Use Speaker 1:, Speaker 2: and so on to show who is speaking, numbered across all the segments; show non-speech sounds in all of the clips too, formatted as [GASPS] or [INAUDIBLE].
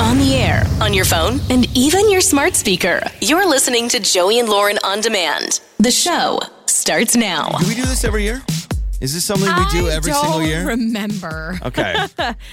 Speaker 1: on the air, on your phone, and even your smart speaker. You're listening to Joey and Lauren on demand. The show starts now.
Speaker 2: Do we do this every year? Is this something we do
Speaker 3: I
Speaker 2: every
Speaker 3: don't
Speaker 2: single year?
Speaker 3: Remember,
Speaker 2: okay.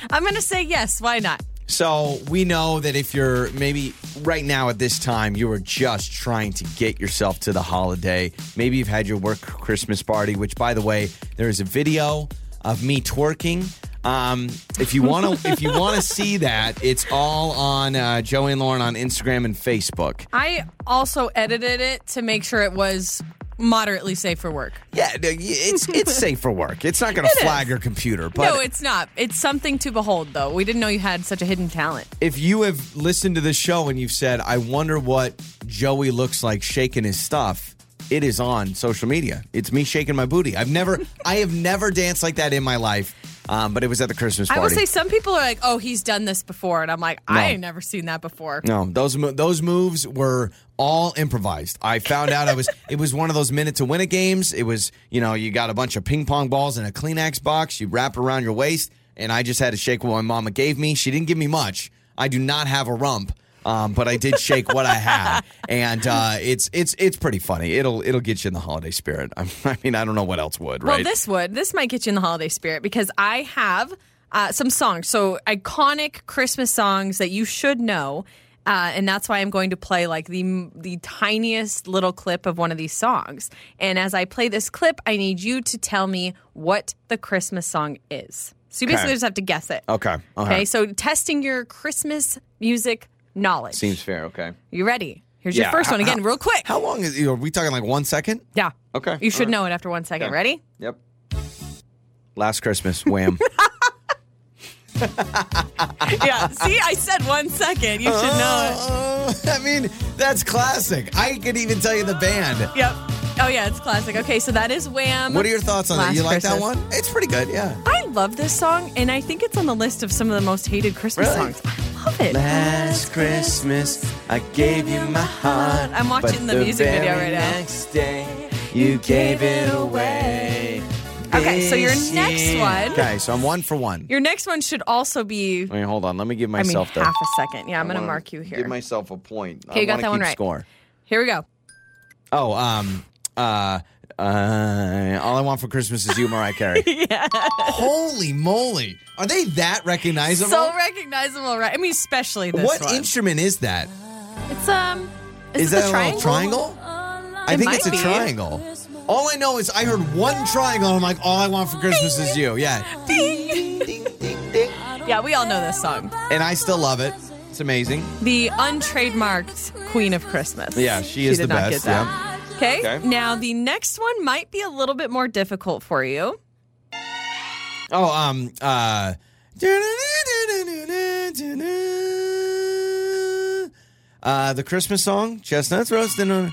Speaker 3: I'm gonna say yes. Why not?
Speaker 2: So we know that if you're maybe right now at this time, you are just trying to get yourself to the holiday. Maybe you've had your work Christmas party, which, by the way, there is a video of me twerking. Um, if you
Speaker 3: [LAUGHS]
Speaker 2: want to, if you want to see that, it's all on uh, Joey and Lauren on Instagram and Facebook.
Speaker 3: I also edited it to make sure it was moderately safe for work.
Speaker 2: Yeah, no, y- it's it's safe for work. It's not going to flag your computer, but
Speaker 3: no, it's not. It's something to behold, though. We didn't know you had such a hidden talent.
Speaker 2: if you have listened to this show and you've said, I wonder what Joey looks like shaking his stuff, it is on social media. It's me shaking my booty. I've never, [LAUGHS] I have never danced like that in my life, um, but it was at the Christmas
Speaker 3: I will
Speaker 2: party.
Speaker 3: say some people are like, "Oh, he's done this before," and I'm like,
Speaker 2: No.
Speaker 3: "I ain't never seen that before."
Speaker 2: no, those mo- those moves were all improvised. I found out I was it was one of those minute to win it games. It was you know you got a bunch of ping pong balls in a Kleenex box. You wrap around your waist, and I just had to shake what my mama gave me. She didn't give me much. I do not have a rump, um, but I did shake what I had, and uh, it's it's it's pretty funny. It'll it'll get you in the holiday spirit. [LAUGHS] I mean, I don't know what else would,
Speaker 3: Well,
Speaker 2: right?
Speaker 3: this would. This might get you in the holiday spirit because I have uh, some songs, so iconic Christmas songs that you should know, uh, and that's why I'm going to play like the the tiniest little clip of one of these songs. And as I play this clip, I need you to tell me what the Christmas song is. So you basically
Speaker 2: Okay.
Speaker 3: just have to guess it.
Speaker 2: okay, Uh-huh. okay,
Speaker 3: Okay. So testing your Christmas music knowledge.
Speaker 2: seems fair. Okay,
Speaker 3: you ready? Here's
Speaker 2: Yeah.
Speaker 3: your first one
Speaker 2: How-
Speaker 3: again, real quick.
Speaker 2: how long is? Are we talking like one second?
Speaker 3: yeah.
Speaker 2: Okay,
Speaker 3: You should
Speaker 2: all right.
Speaker 3: know it after one second.
Speaker 2: Okay.
Speaker 3: Ready?
Speaker 2: Yep. Last Christmas, wham. [LAUGHS]
Speaker 3: [LAUGHS] yeah. See, I said one second. You should know
Speaker 2: Oh, [LAUGHS] I mean, that's classic. I could even tell you the band.
Speaker 3: it. Yep. Oh yeah, it's classic. Okay, so that is Wham.
Speaker 2: What are your thoughts on that?
Speaker 3: Last
Speaker 2: You like that
Speaker 3: Christmas.
Speaker 2: one? It's pretty good, yeah.
Speaker 3: I love this song, and I think it's on the list of some of the most hated Christmas
Speaker 2: Really?
Speaker 3: songs. I love it.
Speaker 2: Last Christmas, I gave you my heart.
Speaker 3: I'm watching
Speaker 2: but
Speaker 3: the music
Speaker 2: very
Speaker 3: video right now.
Speaker 2: Next day, you gave it away.
Speaker 3: Okay, so your
Speaker 2: This
Speaker 3: next
Speaker 2: year.
Speaker 3: one-
Speaker 2: Okay, so I'm one for one.
Speaker 3: Your next one should also be.
Speaker 2: I mean, hold on. Let me give
Speaker 3: I mean,
Speaker 2: myself the.
Speaker 3: half a second. Yeah, I'm gonna
Speaker 2: wanna
Speaker 3: mark you here.
Speaker 2: Give myself a point.
Speaker 3: Okay,
Speaker 2: I
Speaker 3: you got
Speaker 2: wanna
Speaker 3: that one
Speaker 2: keep
Speaker 3: right.
Speaker 2: Score.
Speaker 3: Here we go.
Speaker 2: Oh, um, uh, uh, all I want for Christmas is you, Mariah
Speaker 3: [LAUGHS]
Speaker 2: Carey. Holy moly, are they that recognizable?
Speaker 3: So recognizable, right? I mean, especially this
Speaker 2: what
Speaker 3: one.
Speaker 2: instrument is that?
Speaker 3: It's um. Is,
Speaker 2: Is
Speaker 3: it
Speaker 2: that
Speaker 3: the
Speaker 2: a
Speaker 3: triangle?
Speaker 2: little triangle? I
Speaker 3: It
Speaker 2: think
Speaker 3: might
Speaker 2: it's a
Speaker 3: be.
Speaker 2: triangle. All I know is I heard one triangle. and I'm like, all I want for Christmas is you. Yeah, ding, ding, ding, ding,
Speaker 3: Yeah, we all know this song.
Speaker 2: and I still love it. It's amazing.
Speaker 3: The untrademarked Queen of Christmas.
Speaker 2: Yeah, she is
Speaker 3: did
Speaker 2: the
Speaker 3: not
Speaker 2: best,
Speaker 3: Get that. Okay.
Speaker 2: Okay.
Speaker 3: Now the next one might be a little bit more difficult for you.
Speaker 2: Oh, um, uh, uh, the Christmas song, chestnuts roasting on.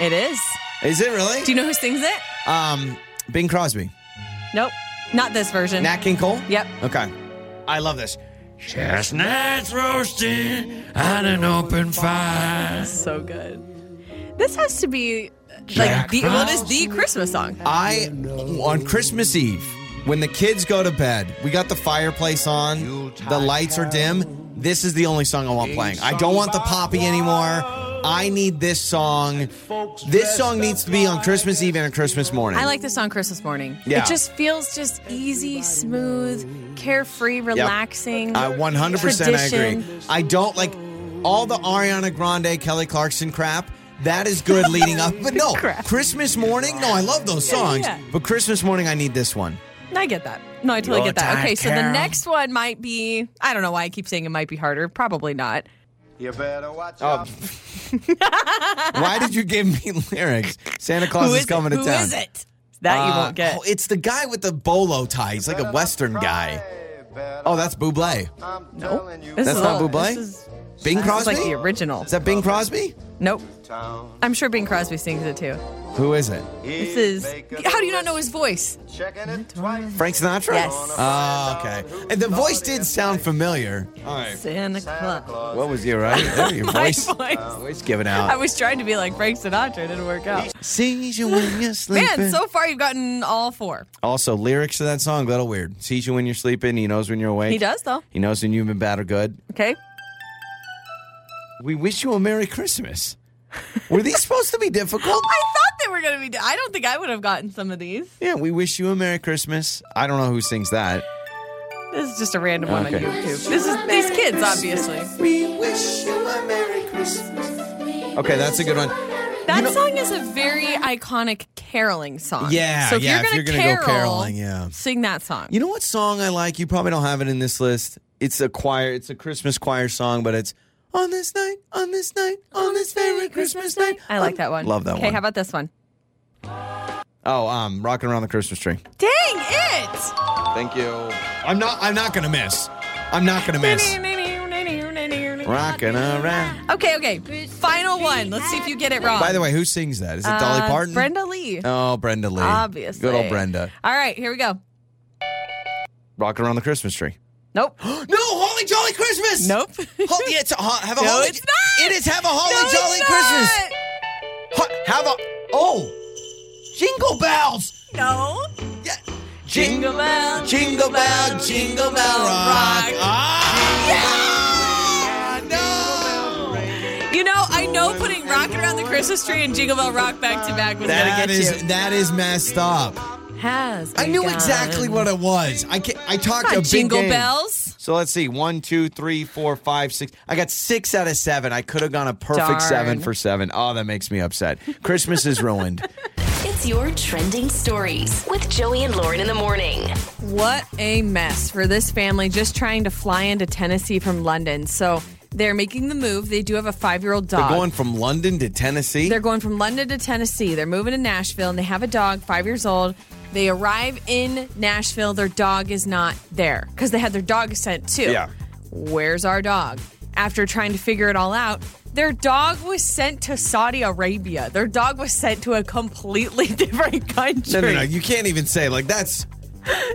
Speaker 3: It is.
Speaker 2: Is it really?
Speaker 3: Do you know who sings it?
Speaker 2: Um, Bing Crosby,
Speaker 3: Nope. Not this version.
Speaker 2: Nat King Cole.
Speaker 3: Yep.
Speaker 2: Okay, I love this.
Speaker 4: Chestnuts roasting on an open fire.
Speaker 3: So good. This has to be like the well, it is the Christmas song.
Speaker 2: I on Christmas Eve when the kids go to bed, we got the fireplace on, the lights are dim. This is the only song I want playing. I don't want the poppy anymore. I need this song. This song needs to be on Christmas Eve and on Christmas morning.
Speaker 3: I like this on Christmas morning.
Speaker 2: Yeah.
Speaker 3: It just feels just easy, smooth, carefree, relaxing.
Speaker 2: I 100% I agree.
Speaker 3: Tradition.
Speaker 2: I don't like all the Ariana Grande, Kelly Clarkson crap. That is good leading up, but no.
Speaker 3: [LAUGHS] Crap.
Speaker 2: Christmas morning? No, I love those songs.
Speaker 3: yeah.
Speaker 2: But Christmas morning I need this one.
Speaker 3: I get that. No, I totally
Speaker 2: Your
Speaker 3: get that.
Speaker 2: time,
Speaker 3: Okay, so the
Speaker 2: Carol.
Speaker 3: next one might be I don't know why I keep saying it might be harder. Probably not.
Speaker 5: You better watch
Speaker 2: Oh, [LAUGHS]
Speaker 5: out.
Speaker 2: Why did you give me [LAUGHS] lyrics? Santa Claus
Speaker 3: Who
Speaker 2: is,
Speaker 3: is
Speaker 2: coming
Speaker 3: it?
Speaker 2: to
Speaker 3: Who
Speaker 2: town.
Speaker 3: is it? That you
Speaker 2: Uh,
Speaker 3: won't get.
Speaker 2: oh, it's the guy with the bolo tie. He's like a Western guy. Oh, that's Buble.
Speaker 5: I'm
Speaker 3: Nope.
Speaker 5: telling you,
Speaker 3: This
Speaker 2: That's
Speaker 3: is
Speaker 2: not
Speaker 3: all-
Speaker 2: Buble?
Speaker 3: This is,
Speaker 2: Bing
Speaker 3: this is
Speaker 2: Crosby?
Speaker 3: like the original.
Speaker 2: Is that Bing Crosby?
Speaker 3: Nope.
Speaker 5: town.
Speaker 3: I'm sure Bing Crosby sings it too.
Speaker 2: Who is it?
Speaker 3: This is. How do you not know his voice?
Speaker 5: Checking it twice.
Speaker 2: Frank Sinatra?
Speaker 3: Yes.
Speaker 2: Oh, okay. And the voice did sound familiar. All right.
Speaker 3: Santa
Speaker 5: Santa
Speaker 3: Claus.
Speaker 5: Claus.
Speaker 2: What was your right? There, your
Speaker 3: My
Speaker 2: voice,
Speaker 3: [LAUGHS] voice.
Speaker 2: voice Oh, giving
Speaker 3: I
Speaker 2: out.
Speaker 3: was trying to be like Frank Sinatra. It didn't work out.
Speaker 2: Sees you when you're sleeping.
Speaker 3: [LAUGHS] Man, so far you've gotten all four.
Speaker 2: also, lyrics to that song, a little weird. Sees you when you're sleeping. He knows when you're awake.
Speaker 3: He does, though.
Speaker 2: He knows when you've been bad or good.
Speaker 3: Okay.
Speaker 2: We wish you a Merry Christmas. Were these supposed to be difficult?
Speaker 3: [LAUGHS] I thought they were going to be. I don't think I would have gotten some of these.
Speaker 2: Yeah, we wish you a Merry Christmas. I don't know who sings that.
Speaker 3: This is just a random one
Speaker 2: Okay.
Speaker 3: on YouTube. This is these kids, obviously.
Speaker 2: We wish you a Merry Christmas. Okay, that's a good one.
Speaker 3: That song is a very iconic caroling song.
Speaker 2: Yeah,
Speaker 3: So if
Speaker 2: yeah,
Speaker 3: you're
Speaker 2: if
Speaker 3: gonna
Speaker 2: you're gonna
Speaker 3: carol,
Speaker 2: go caroling, yeah.
Speaker 3: sing that song.
Speaker 2: You know what song I like? You probably don't have it in this list. It's a choir, it's a Christmas choir song, but it's on this night, on this night, on this very Christmas night.
Speaker 3: I like that one.
Speaker 2: Love that
Speaker 3: Okay,
Speaker 2: one.
Speaker 3: how about this one?
Speaker 2: oh, um, rocking around the Christmas tree.
Speaker 3: Dang it!
Speaker 2: Thank you. I'm not. I'm not gonna miss. I'm not gonna miss. Rocking around.
Speaker 3: Okay, okay. Final one. Let's see if you get it wrong.
Speaker 2: By the way, who sings that? Is it Dolly
Speaker 3: Uh,
Speaker 2: Parton?
Speaker 3: Brenda Lee.
Speaker 2: Oh, Brenda Lee.
Speaker 3: Obviously.
Speaker 2: Good old Brenda.
Speaker 3: All right, here we go.
Speaker 2: Rocking around the Christmas tree. [GASPS]
Speaker 3: Nope.
Speaker 2: no, Holly Jolly Christmas.
Speaker 3: nope.
Speaker 2: [LAUGHS] Ho- yeah, it's a, ho- have a
Speaker 3: No,
Speaker 2: holly.
Speaker 3: it's not.
Speaker 2: It is have a holly
Speaker 3: No, it's
Speaker 2: jolly
Speaker 3: not.
Speaker 2: Christmas. Ho- have a oh, jingle bells.
Speaker 3: No.
Speaker 2: Yeah.
Speaker 3: Jingle bell,
Speaker 2: jingle bell, jingle bell rock.
Speaker 3: rock.
Speaker 2: Ah, no.
Speaker 3: You know, I know putting Rocket Around the Christmas Tree and Jingle Bell Rock back to back was
Speaker 2: That
Speaker 3: gonna get
Speaker 2: is
Speaker 3: you.
Speaker 2: that is messed up.
Speaker 3: Has
Speaker 2: I knew
Speaker 3: begun.
Speaker 2: exactly what it was. I ca- I talked
Speaker 3: Come
Speaker 2: a
Speaker 3: on,
Speaker 2: big
Speaker 3: Jingle
Speaker 2: game.
Speaker 3: Bells.
Speaker 2: So let's see. One, two, three, four, five, six. I got six out of seven. I could have gone a perfect
Speaker 3: Darn.
Speaker 2: seven for seven. Oh, that makes me upset. Christmas is
Speaker 3: [LAUGHS]
Speaker 2: ruined.
Speaker 1: It's your trending stories with Joey and Lauren in the morning.
Speaker 3: What a mess for this family just trying to fly into Tennessee from London. So they're making the move. They do have a five year old dog.
Speaker 2: Going from London to Tennessee.
Speaker 3: Ah. They're going from London to Tennessee. They're moving to Nashville and they have a dog, five years old. They arrive in Nashville. Their dog is not there because they had their dog sent too.
Speaker 2: Yeah.
Speaker 3: Where's our dog? After trying to figure it all out, their dog was sent to Saudi Arabia. Their dog was sent to a completely [LAUGHS] different country.
Speaker 2: no, no, no. You can't even say like that's.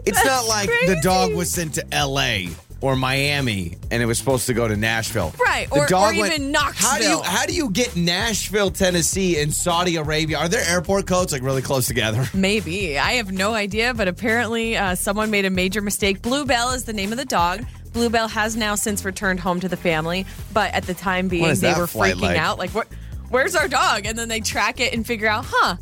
Speaker 2: It's not like the
Speaker 3: crazy.
Speaker 2: dog was sent to L.A. or Miami and it was supposed to go to Nashville.
Speaker 3: Right,
Speaker 2: The
Speaker 3: or-
Speaker 2: dog
Speaker 3: or even
Speaker 2: How do you
Speaker 3: Knoxville.
Speaker 2: how do you get Nashville, Tennessee, and Saudi Arabia? Are their airport codes like really close
Speaker 3: [LAUGHS]
Speaker 2: together?
Speaker 3: Maybe. I have no idea, but apparently uh, someone made a major mistake. Bluebell is the name of the dog. Bluebell has now since returned home to the family, but at the time being,
Speaker 2: is
Speaker 3: they
Speaker 2: that
Speaker 3: were
Speaker 2: flight
Speaker 3: freaking
Speaker 2: like?
Speaker 3: out. Like, where, where's our dog? And then they track it and figure out, huh?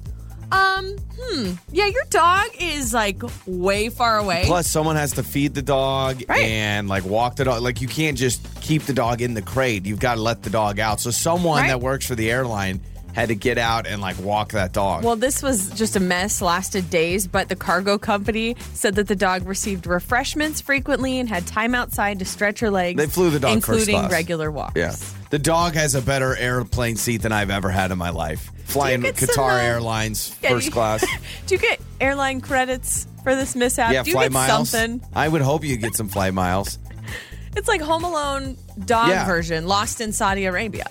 Speaker 3: Um, hmm. Yeah, your dog is like way far away.
Speaker 2: Plus, someone has to feed the dog
Speaker 3: Right.
Speaker 2: and like walk the dog. Like you can't just keep the dog in the crate. You've got to let the dog out. So someone
Speaker 3: Right.
Speaker 2: that works for the airline had to get out and like walk that dog.
Speaker 3: Well, this was just a mess, lasted days, but the cargo company said that the dog received refreshments frequently and had time outside to stretch her legs.
Speaker 2: They flew the dog first
Speaker 3: including
Speaker 2: class.
Speaker 3: regular walks.
Speaker 2: yeah, the dog has a better airplane seat than I've ever had in my life. Flying
Speaker 3: get
Speaker 2: Qatar
Speaker 3: some, uh,
Speaker 2: Airlines
Speaker 3: Yeah,
Speaker 2: first
Speaker 3: you- [LAUGHS]
Speaker 2: class.
Speaker 3: Do you get airline credits for this mishap?
Speaker 2: Yeah,
Speaker 3: Do you
Speaker 2: fly
Speaker 3: get
Speaker 2: miles.
Speaker 3: something?
Speaker 2: I would hope you get some fly miles.
Speaker 3: It's like Home Alone dog
Speaker 2: Yeah.
Speaker 3: version, Lost in Saudi Arabia.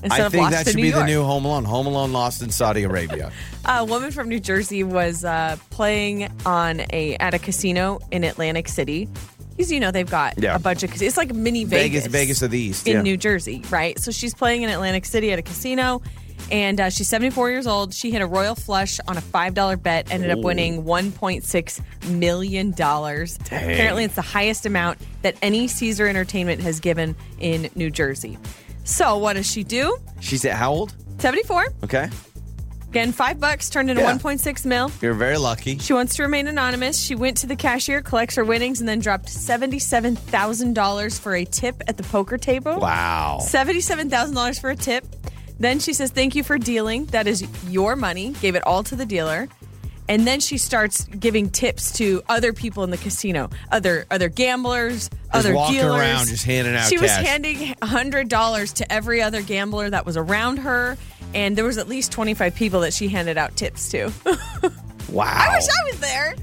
Speaker 3: Instead
Speaker 2: I
Speaker 3: of
Speaker 2: think
Speaker 3: Lost
Speaker 2: that
Speaker 3: in
Speaker 2: should
Speaker 3: New
Speaker 2: be
Speaker 3: York.
Speaker 2: the new Home Alone. Home Alone lost in Saudi
Speaker 3: [LAUGHS]
Speaker 2: Arabia.
Speaker 3: A woman from New Jersey was uh, playing on a at a casino in Atlantic City. Because you know they've got
Speaker 2: Yeah.
Speaker 3: a bunch of cas- it's like mini
Speaker 2: Vegas,
Speaker 3: Vegas,
Speaker 2: Vegas of the East.
Speaker 3: in
Speaker 2: yeah.
Speaker 3: New Jersey, right? So she's playing in Atlantic City at a casino, and uh, she's 74 years old. She hit a royal flush on a five dollar bet, ended up winning 1.6 million dollars. Apparently, it's the highest amount that any Caesar Entertainment has given in New Jersey. So what does she do?
Speaker 2: She's at how old?
Speaker 3: 74
Speaker 2: Okay,
Speaker 3: again, five bucks turned into
Speaker 2: Yeah.
Speaker 3: 1.6 mil.
Speaker 2: you're very lucky.
Speaker 3: She wants to remain anonymous. She went to the cashier, collects her winnings, and then dropped seventy-seven thousand dollars for a tip at the poker table.
Speaker 2: Wow.
Speaker 3: $77,000 for a tip. Then she says, Thank you for dealing. That is your money. Gave it all to the dealer. And then she starts giving tips to other people in the casino, other other gamblers, other
Speaker 2: walking
Speaker 3: dealers.
Speaker 2: around, just handing out
Speaker 3: She was
Speaker 2: cash.
Speaker 3: handing hundred dollars to every other gambler that was around her, and there was at least twenty five people that she handed out tips to. [LAUGHS]
Speaker 2: Oh. Wow.
Speaker 3: I wish I was there.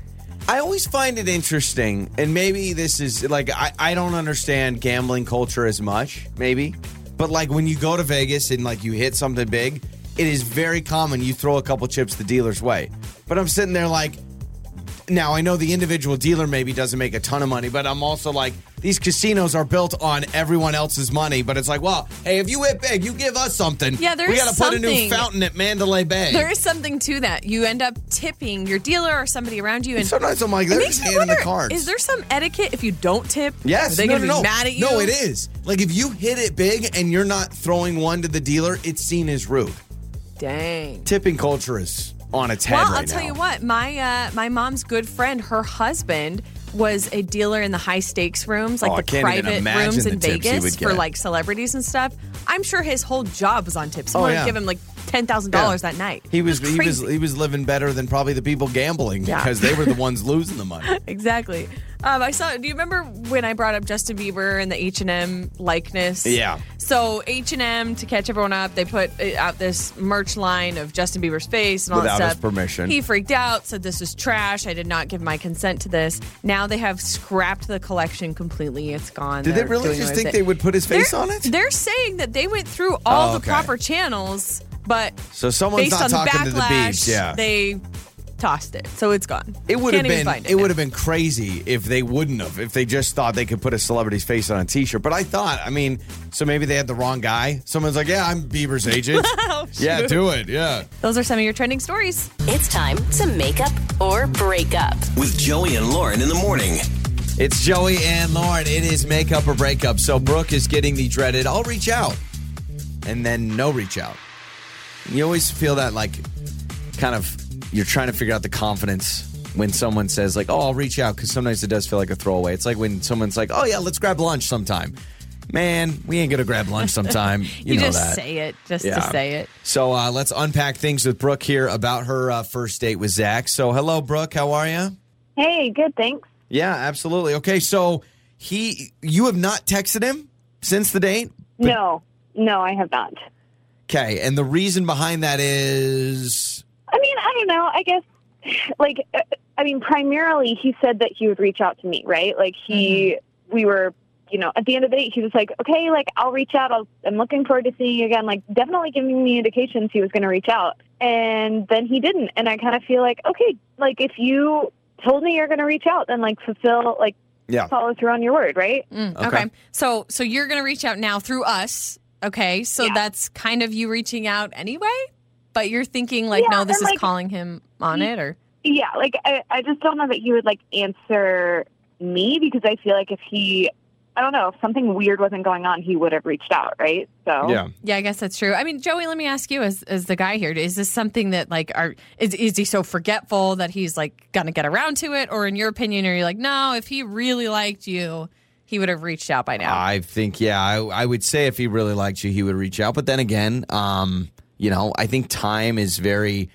Speaker 2: I always find it interesting, and maybe this is like I, I don't understand gambling culture as much, maybe. But like when you go to Vegas and like you hit something big, it is very common you throw a couple chips the dealer's way. But I'm sitting there like now I know the individual dealer maybe doesn't make a ton of money, but I'm also like these casinos are built on everyone else's money, but it's like, well, hey, if you hit big, you give us something.
Speaker 3: Yeah, there
Speaker 2: we
Speaker 3: is
Speaker 2: gotta put a new
Speaker 3: something.
Speaker 2: fountain at Mandalay Bay.
Speaker 3: There is something to that. You end up tipping your dealer or somebody around you, and
Speaker 2: Sometimes I'm like,
Speaker 3: it
Speaker 2: they're
Speaker 3: makes
Speaker 2: just
Speaker 3: me
Speaker 2: handing
Speaker 3: wonder:
Speaker 2: the cards.
Speaker 3: is there some etiquette if you don't tip?
Speaker 2: Yes.
Speaker 3: are they
Speaker 2: no,
Speaker 3: gonna
Speaker 2: no, no.
Speaker 3: be mad at you?
Speaker 2: No, it is. Like if you hit it big and you're not throwing one to the dealer, it's seen as rude.
Speaker 3: Dang.
Speaker 2: Tipping culture is on its head
Speaker 3: Well,
Speaker 2: right
Speaker 3: I'll tell
Speaker 2: now.
Speaker 3: you what, my uh, my mom's good friend, her husband was a dealer in the high stakes rooms, like
Speaker 2: Oh, I
Speaker 3: the
Speaker 2: can't even
Speaker 3: private
Speaker 2: imagine
Speaker 3: rooms
Speaker 2: the
Speaker 3: in
Speaker 2: tips he
Speaker 3: Vegas
Speaker 2: would
Speaker 3: for
Speaker 2: get.
Speaker 3: like celebrities and stuff. I'm sure his whole job was on tips. Someone
Speaker 2: Oh, yeah.
Speaker 3: would give him like ten thousand dollars that night.
Speaker 2: He was,
Speaker 3: It
Speaker 2: he was
Speaker 3: crazy.
Speaker 2: he was living better than probably the people gambling
Speaker 3: Yeah.
Speaker 2: because they were the ones losing the
Speaker 3: [LAUGHS]
Speaker 2: money.
Speaker 3: exactly. Um, I saw. Do you remember when I brought up Justin Bieber and the H and M likeness?
Speaker 2: Yeah.
Speaker 3: So H and M to catch everyone up, they put uh, out this merch line of Justin Bieber's face and all
Speaker 2: Without
Speaker 3: that
Speaker 2: his
Speaker 3: stuff.
Speaker 2: permission.
Speaker 3: He freaked out, said this is trash. I did not give my consent to this. Now they have scrapped the collection completely. It's gone.
Speaker 2: Did they
Speaker 3: They're
Speaker 2: really
Speaker 3: doing
Speaker 2: just
Speaker 3: away
Speaker 2: think
Speaker 3: with
Speaker 2: they
Speaker 3: it.
Speaker 2: would put his face
Speaker 3: they're,
Speaker 2: on it?
Speaker 3: They're saying that they went through all
Speaker 2: Oh,
Speaker 3: the
Speaker 2: okay.
Speaker 3: proper channels, but
Speaker 2: So someone's
Speaker 3: based
Speaker 2: not
Speaker 3: on the
Speaker 2: talking to the
Speaker 3: backlash,
Speaker 2: beach. Yeah.
Speaker 3: they tossed it, so it's gone.
Speaker 2: it would have
Speaker 3: Can't even
Speaker 2: been
Speaker 3: find
Speaker 2: it, would have been crazy if they wouldn't have if they just thought they could put a celebrity's face on a t-shirt. But I thought, I mean, so maybe they had the wrong guy. Someone's like, "Yeah, I'm Bieber's
Speaker 3: [LAUGHS]
Speaker 2: agent."
Speaker 3: Oh,
Speaker 2: yeah, do it. Yeah.
Speaker 3: Those are some of your trending stories.
Speaker 1: It's time to make up or break up.
Speaker 6: With Joey and Lauren in the morning.
Speaker 2: It's Joey and Lauren. It is makeup or breakup. So Brooke is getting the dreaded I'll reach out and then no reach out. You always feel that like kind of you're trying to figure out the confidence when someone says like, "Oh, I'll reach out" cuz sometimes it does feel like a throwaway. It's like when someone's like, "Oh yeah, let's grab lunch sometime." Man, we ain't going to grab lunch sometime.
Speaker 3: [LAUGHS]
Speaker 2: You, know
Speaker 3: just
Speaker 2: that.
Speaker 3: say it just
Speaker 2: Yeah.
Speaker 3: to say it.
Speaker 2: So uh, let's unpack things with Brooke here about her uh, first date with Zach. So hello, Brooke. How are you?
Speaker 7: Hey, good, thanks.
Speaker 2: Yeah, absolutely. Okay, so he, you have not texted him since the date.
Speaker 7: no, no, I have not.
Speaker 2: Okay, and the reason behind that is
Speaker 7: I mean, I don't know. I guess, like, uh, I mean, primarily he said that he would reach out to me, right? Like, he, we were, you know, at the end of the day, he was like, okay, like, I'll reach out. I'll, I'm looking forward to seeing you again. Like, definitely giving me indications he was going to reach out. And then he didn't. And I kind of feel like, okay, like, if you told me you're going to reach out, then, like, fulfill, like,
Speaker 2: yeah,
Speaker 7: follow through on your word, right?
Speaker 3: Mm,
Speaker 2: Okay.
Speaker 3: okay. So so you're gonna reach out now through us. Okay. So
Speaker 7: Yeah.
Speaker 3: that's kind of you reaching out anyway. But you're thinking like,
Speaker 7: Yeah,
Speaker 3: no, this
Speaker 7: and,
Speaker 3: is
Speaker 7: like-
Speaker 3: calling him on it or
Speaker 7: Yeah, like I, I just don't know that he would like answer me because I feel like if he, I don't know, if something weird wasn't going on, he would have reached out, right? So
Speaker 2: yeah.
Speaker 3: yeah, I guess that's true. I mean, Joey, let me ask you as as the guy here, is this something that like are is is he so forgetful that he's like gonna get around to it? Or in your opinion, are you like, no, if he really liked you, he would have reached out by now.
Speaker 2: I think yeah, I, I would say if he really liked you, he would reach out. But then again, um, you know, I think time is very.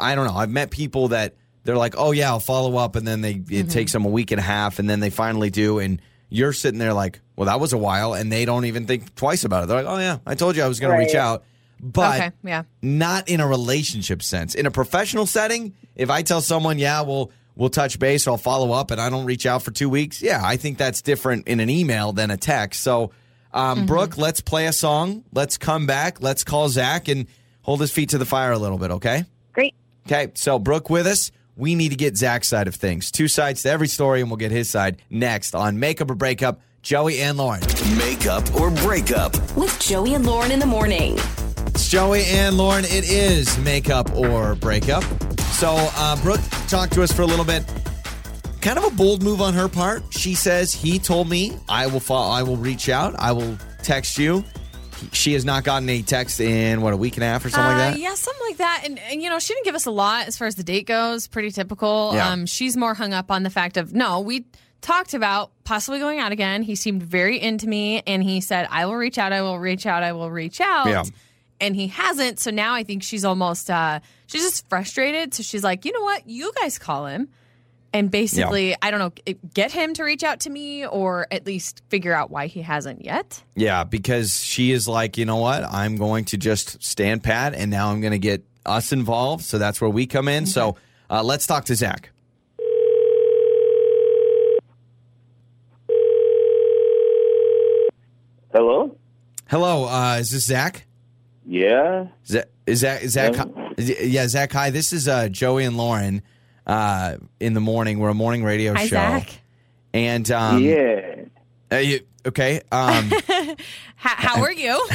Speaker 2: I don't know. I've met people that they're like, oh yeah, I'll follow up, and then they it takes them a week and a half, and then they finally do, and you're sitting there like, well, that was a while, and they don't even think twice about it. They're like, oh yeah, I told you I was going to reach
Speaker 7: Right.
Speaker 2: out, but.
Speaker 3: okay, yeah.
Speaker 2: not in a relationship sense. In a professional setting, if I tell someone, yeah, we'll we'll touch base, or I'll follow up, and I don't reach out for two weeks, yeah, I think that's different in an email than a text. So, um, Brooke, let's play a song. Let's come back. Let's call Zach and hold his feet to the fire a little bit. Okay.
Speaker 7: great.
Speaker 2: Okay. So Brooke with us. We need to get Zach's side of things. Two sides to every story, and we'll get his side next on Makeup or Breakup. Joey and Lauren.
Speaker 6: Makeup or breakup.
Speaker 1: With Joey and Lauren in the morning.
Speaker 2: It's Joey and Lauren. It is makeup or breakup. So, uh, Brooke talked to us for a little bit. Kind of a bold move on her part. She says he told me I will follow, I will reach out. I will text you. She has not gotten a text in what a week and a half or something
Speaker 3: uh,
Speaker 2: like that.
Speaker 3: Yeah, something like that. And, and you know, she didn't give us a lot as far as the date goes. Pretty typical.
Speaker 2: Yeah.
Speaker 3: Um, she's more hung up on the fact of no, we talked about possibly going out again. He seemed very into me, and he said, "I will reach out. I will reach out. I will reach out."
Speaker 2: Yeah.
Speaker 3: And he hasn't. So now I think she's almost uh, she's just frustrated. So she's like, you know what? You guys call him. And basically, I don't know, it- get him to reach out to me or at least figure out why he hasn't yet.
Speaker 2: Yeah, because she is like, you know what? I'm going to just stand pat, and now I'm going to get us involved. So that's where we come in. So uh, let's talk to Zach.
Speaker 8: Hello?
Speaker 2: Hello, uh, is this Zach?
Speaker 8: Yeah.
Speaker 2: Zach, Zach, Zach, yeah, Zach. Hi, this is uh, Joey and Lauren uh, in the morning. We're a morning radio
Speaker 3: Hi,
Speaker 2: show,
Speaker 3: Zach.
Speaker 2: and um,
Speaker 8: yeah.
Speaker 2: Uh, you, okay. Um,
Speaker 3: How, how
Speaker 2: [LAUGHS]
Speaker 3: are you?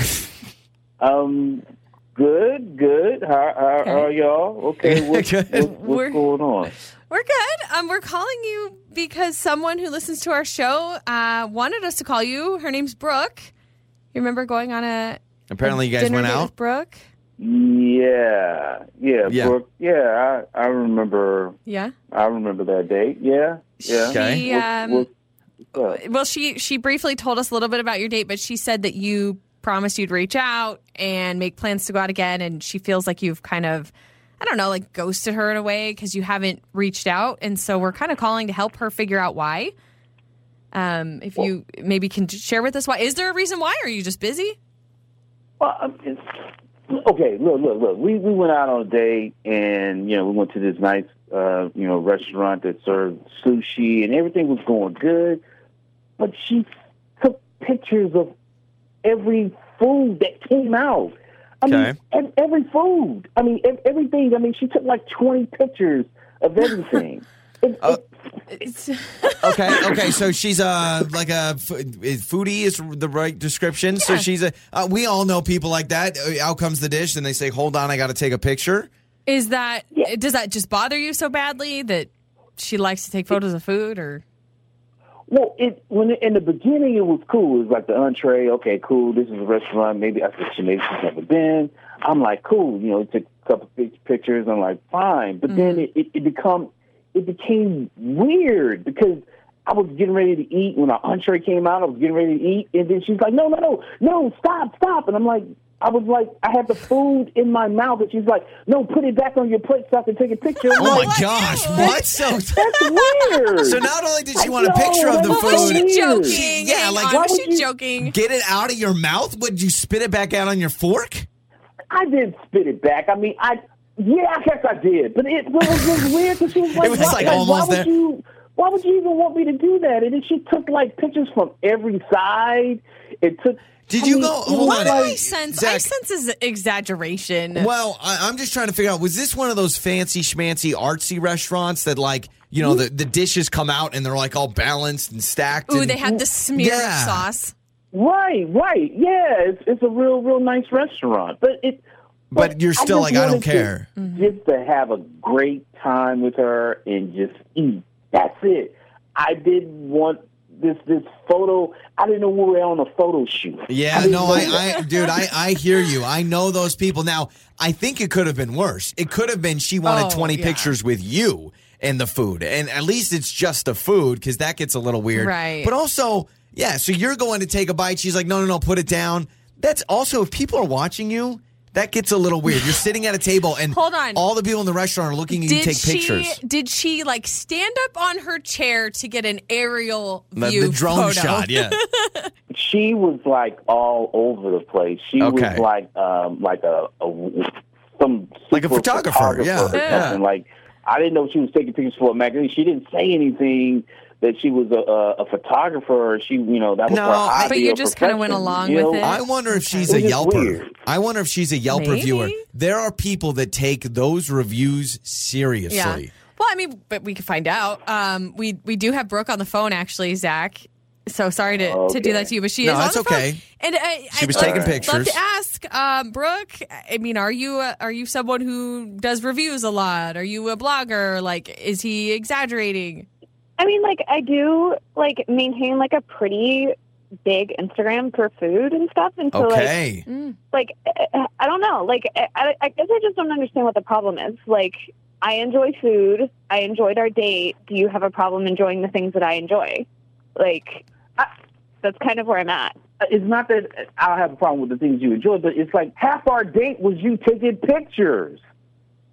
Speaker 8: Um, good, good. How, how, how are y'all?
Speaker 2: [LAUGHS]
Speaker 8: Okay, what,
Speaker 2: Good.
Speaker 8: what, what's
Speaker 3: We're-
Speaker 8: going on?
Speaker 3: We're good. Um, we're calling you because someone who listens to our show uh, wanted us to call you. Her name's Brooke. You remember going on a
Speaker 2: apparently, you guys
Speaker 3: dinner
Speaker 2: went
Speaker 3: date
Speaker 2: out.
Speaker 3: with Brooke?
Speaker 8: Yeah, yeah,
Speaker 2: Yeah.
Speaker 8: Brooke, yeah. I, I remember,
Speaker 3: Yeah.
Speaker 8: I remember that date. Yeah, yeah.
Speaker 2: Okay.
Speaker 3: She,
Speaker 8: What-
Speaker 3: um,
Speaker 8: what- what's up?
Speaker 3: well, she she briefly told us a little bit about your date, but she said that you promised you'd reach out and make plans to go out again, and she feels like you've kind of. I don't know, like ghosted her in a way because you haven't reached out, and so we're kind of calling to help her figure out why. Um, if you maybe can share with us why, is there a reason why? Are you just busy?
Speaker 8: Well, I'm just- okay, look, look, look. We we went out on a date, and you know, we went to this nice, uh, you know, restaurant that served sushi, and everything was going good. But she took pictures of every food that came out. I
Speaker 2: Okay.
Speaker 8: mean, ev- every food. I mean, ev- everything. I mean, she took like twenty pictures of everything. It-
Speaker 2: [LAUGHS] Uh,
Speaker 8: it-
Speaker 3: It's,
Speaker 2: Okay, okay. So she's a like a f- is foodie is the right description. So
Speaker 3: Yeah.
Speaker 2: she's a. Uh, we all know people like that. Uh, Out comes the dish, and they say, "Hold on, I got to take a picture."
Speaker 3: Is that does that just bother you so badly that she likes to take photos of food or
Speaker 8: Well, it when in the beginning it was cool. It was like the entree. Okay, cool. This is a restaurant. Maybe I said she maybe she's never been. I'm like, cool. You know, took a couple pic- pictures. I'm like, fine. But then it, it it become it became weird because I was getting ready to eat when our entree came out. I was getting ready to eat, and then she's like, no, no, no, no, stop, stop. And I'm like, I was like, I had the food in my mouth, and she's like, no, put it back on your plate so I can take a picture. I'm
Speaker 2: Oh
Speaker 8: like,
Speaker 2: my [LAUGHS] gosh! What? So
Speaker 8: that's
Speaker 2: [LAUGHS]
Speaker 8: weird.
Speaker 2: so not only did she
Speaker 8: I
Speaker 2: want a
Speaker 8: know,
Speaker 2: picture of the
Speaker 8: that's
Speaker 3: what Oh, was
Speaker 2: food,
Speaker 8: weird.
Speaker 3: she joking?
Speaker 2: She- yeah,
Speaker 3: Hang
Speaker 2: like,
Speaker 3: on,
Speaker 2: why
Speaker 3: was
Speaker 8: would
Speaker 3: she
Speaker 8: you-
Speaker 3: joking?
Speaker 2: get it out of your mouth. Would you spit it back out on your fork?
Speaker 8: I didn't spit it back. I mean, I yeah, I guess I did, but it, it was just weird because
Speaker 2: [LAUGHS]
Speaker 8: she was like,
Speaker 2: was,
Speaker 8: why,
Speaker 2: like,
Speaker 8: like,
Speaker 2: almost
Speaker 8: why
Speaker 2: there.
Speaker 8: would you? Why would you even want me to do that? And then she took like pictures from every side. It took.
Speaker 2: Did
Speaker 8: I
Speaker 2: you
Speaker 8: mean,
Speaker 2: go-
Speaker 8: it was
Speaker 2: hold
Speaker 3: Why
Speaker 2: on.
Speaker 3: do I
Speaker 8: like-
Speaker 3: sense I
Speaker 2: Zach.
Speaker 3: sense is exaggeration.
Speaker 2: Well, I, I'm just trying to figure out. Was this one of those fancy schmancy artsy restaurants that like you know the, the dishes come out and they're like all balanced and stacked?
Speaker 3: Ooh,
Speaker 2: and-
Speaker 3: they had the smear of
Speaker 2: Yeah.
Speaker 3: sauce.
Speaker 8: Right, right, yeah. It's, it's a real, real nice restaurant, but it.
Speaker 2: But you're still like,
Speaker 8: just
Speaker 2: I don't
Speaker 8: wanted to-
Speaker 2: care.
Speaker 8: Just to have a great time with her and just eat. That's it. I didn't want this this photo. I didn't know we were on a photo shoot.
Speaker 2: Yeah,
Speaker 8: didn't
Speaker 2: no,
Speaker 8: know that.
Speaker 2: I, I, dude, I, I hear you. I know those people. Now, I think it could have been worse. It could have been she wanted
Speaker 3: Oh,
Speaker 2: 20
Speaker 3: yeah.
Speaker 2: pictures with you and the food. And at least it's just the food because that gets a little weird.
Speaker 3: Right.
Speaker 2: But also, yeah, so you're going to take a bite. She's like, no, no, no, put it down. That's also, if people are watching you, that gets a little weird. You're sitting at a table and
Speaker 3: [LAUGHS] Hold on.
Speaker 2: all the people in the restaurant are looking at you
Speaker 3: Did
Speaker 2: take
Speaker 3: she
Speaker 2: pictures.
Speaker 3: did she like stand up on her chair to get an aerial
Speaker 2: The,
Speaker 3: view
Speaker 2: the drone
Speaker 3: photo?
Speaker 2: shot, yeah.
Speaker 3: [LAUGHS]
Speaker 8: she was like all over the place. She
Speaker 2: Okay.
Speaker 8: was like um like a, a some
Speaker 2: Like a
Speaker 8: super
Speaker 2: photographer, yeah,
Speaker 8: or
Speaker 2: yeah.
Speaker 8: something. Like I didn't know she was taking pictures for a magazine. She didn't say anything that she was a, a, a photographer. Or she you know that was
Speaker 2: No,
Speaker 8: her
Speaker 2: I-
Speaker 8: hobby
Speaker 3: But you
Speaker 8: or
Speaker 3: just kinda went
Speaker 8: profession,
Speaker 3: along
Speaker 8: you know?
Speaker 3: with it.
Speaker 2: I wonder if she's
Speaker 8: It
Speaker 2: a
Speaker 8: was just
Speaker 2: Yelper.
Speaker 8: weird.
Speaker 2: I wonder if she's a Yelper
Speaker 3: Maybe.
Speaker 2: viewer. There are people that take those reviews seriously.
Speaker 3: Yeah. Well, I mean, but we could find out. Um, we we do have Brooke on the phone actually, Zach. So sorry to, to do
Speaker 8: Okay.
Speaker 3: that to you, but she
Speaker 2: No,
Speaker 3: is on
Speaker 2: that's
Speaker 3: the phone.
Speaker 2: okay.
Speaker 3: And I,
Speaker 2: She
Speaker 3: I'd
Speaker 2: was
Speaker 3: love-
Speaker 2: taking
Speaker 3: Love
Speaker 2: pictures.
Speaker 3: to ask, um, Brooke. I mean, are you a, are you someone who does reviews a lot? Are you a blogger? Like, is he exaggerating?
Speaker 7: I mean, like I do, like maintain like a pretty big Instagram for food and stuff, and so
Speaker 2: Okay.
Speaker 7: like, like I- I don't know, like I, I guess I just don't understand what the problem is. Like I enjoy food, I enjoyed our date. Do you have a problem enjoying the things that I enjoy? Like I, that's kind of where I'm at.
Speaker 8: It's not that I don't have a problem with the things you enjoy, but it's like half our date was you taking pictures.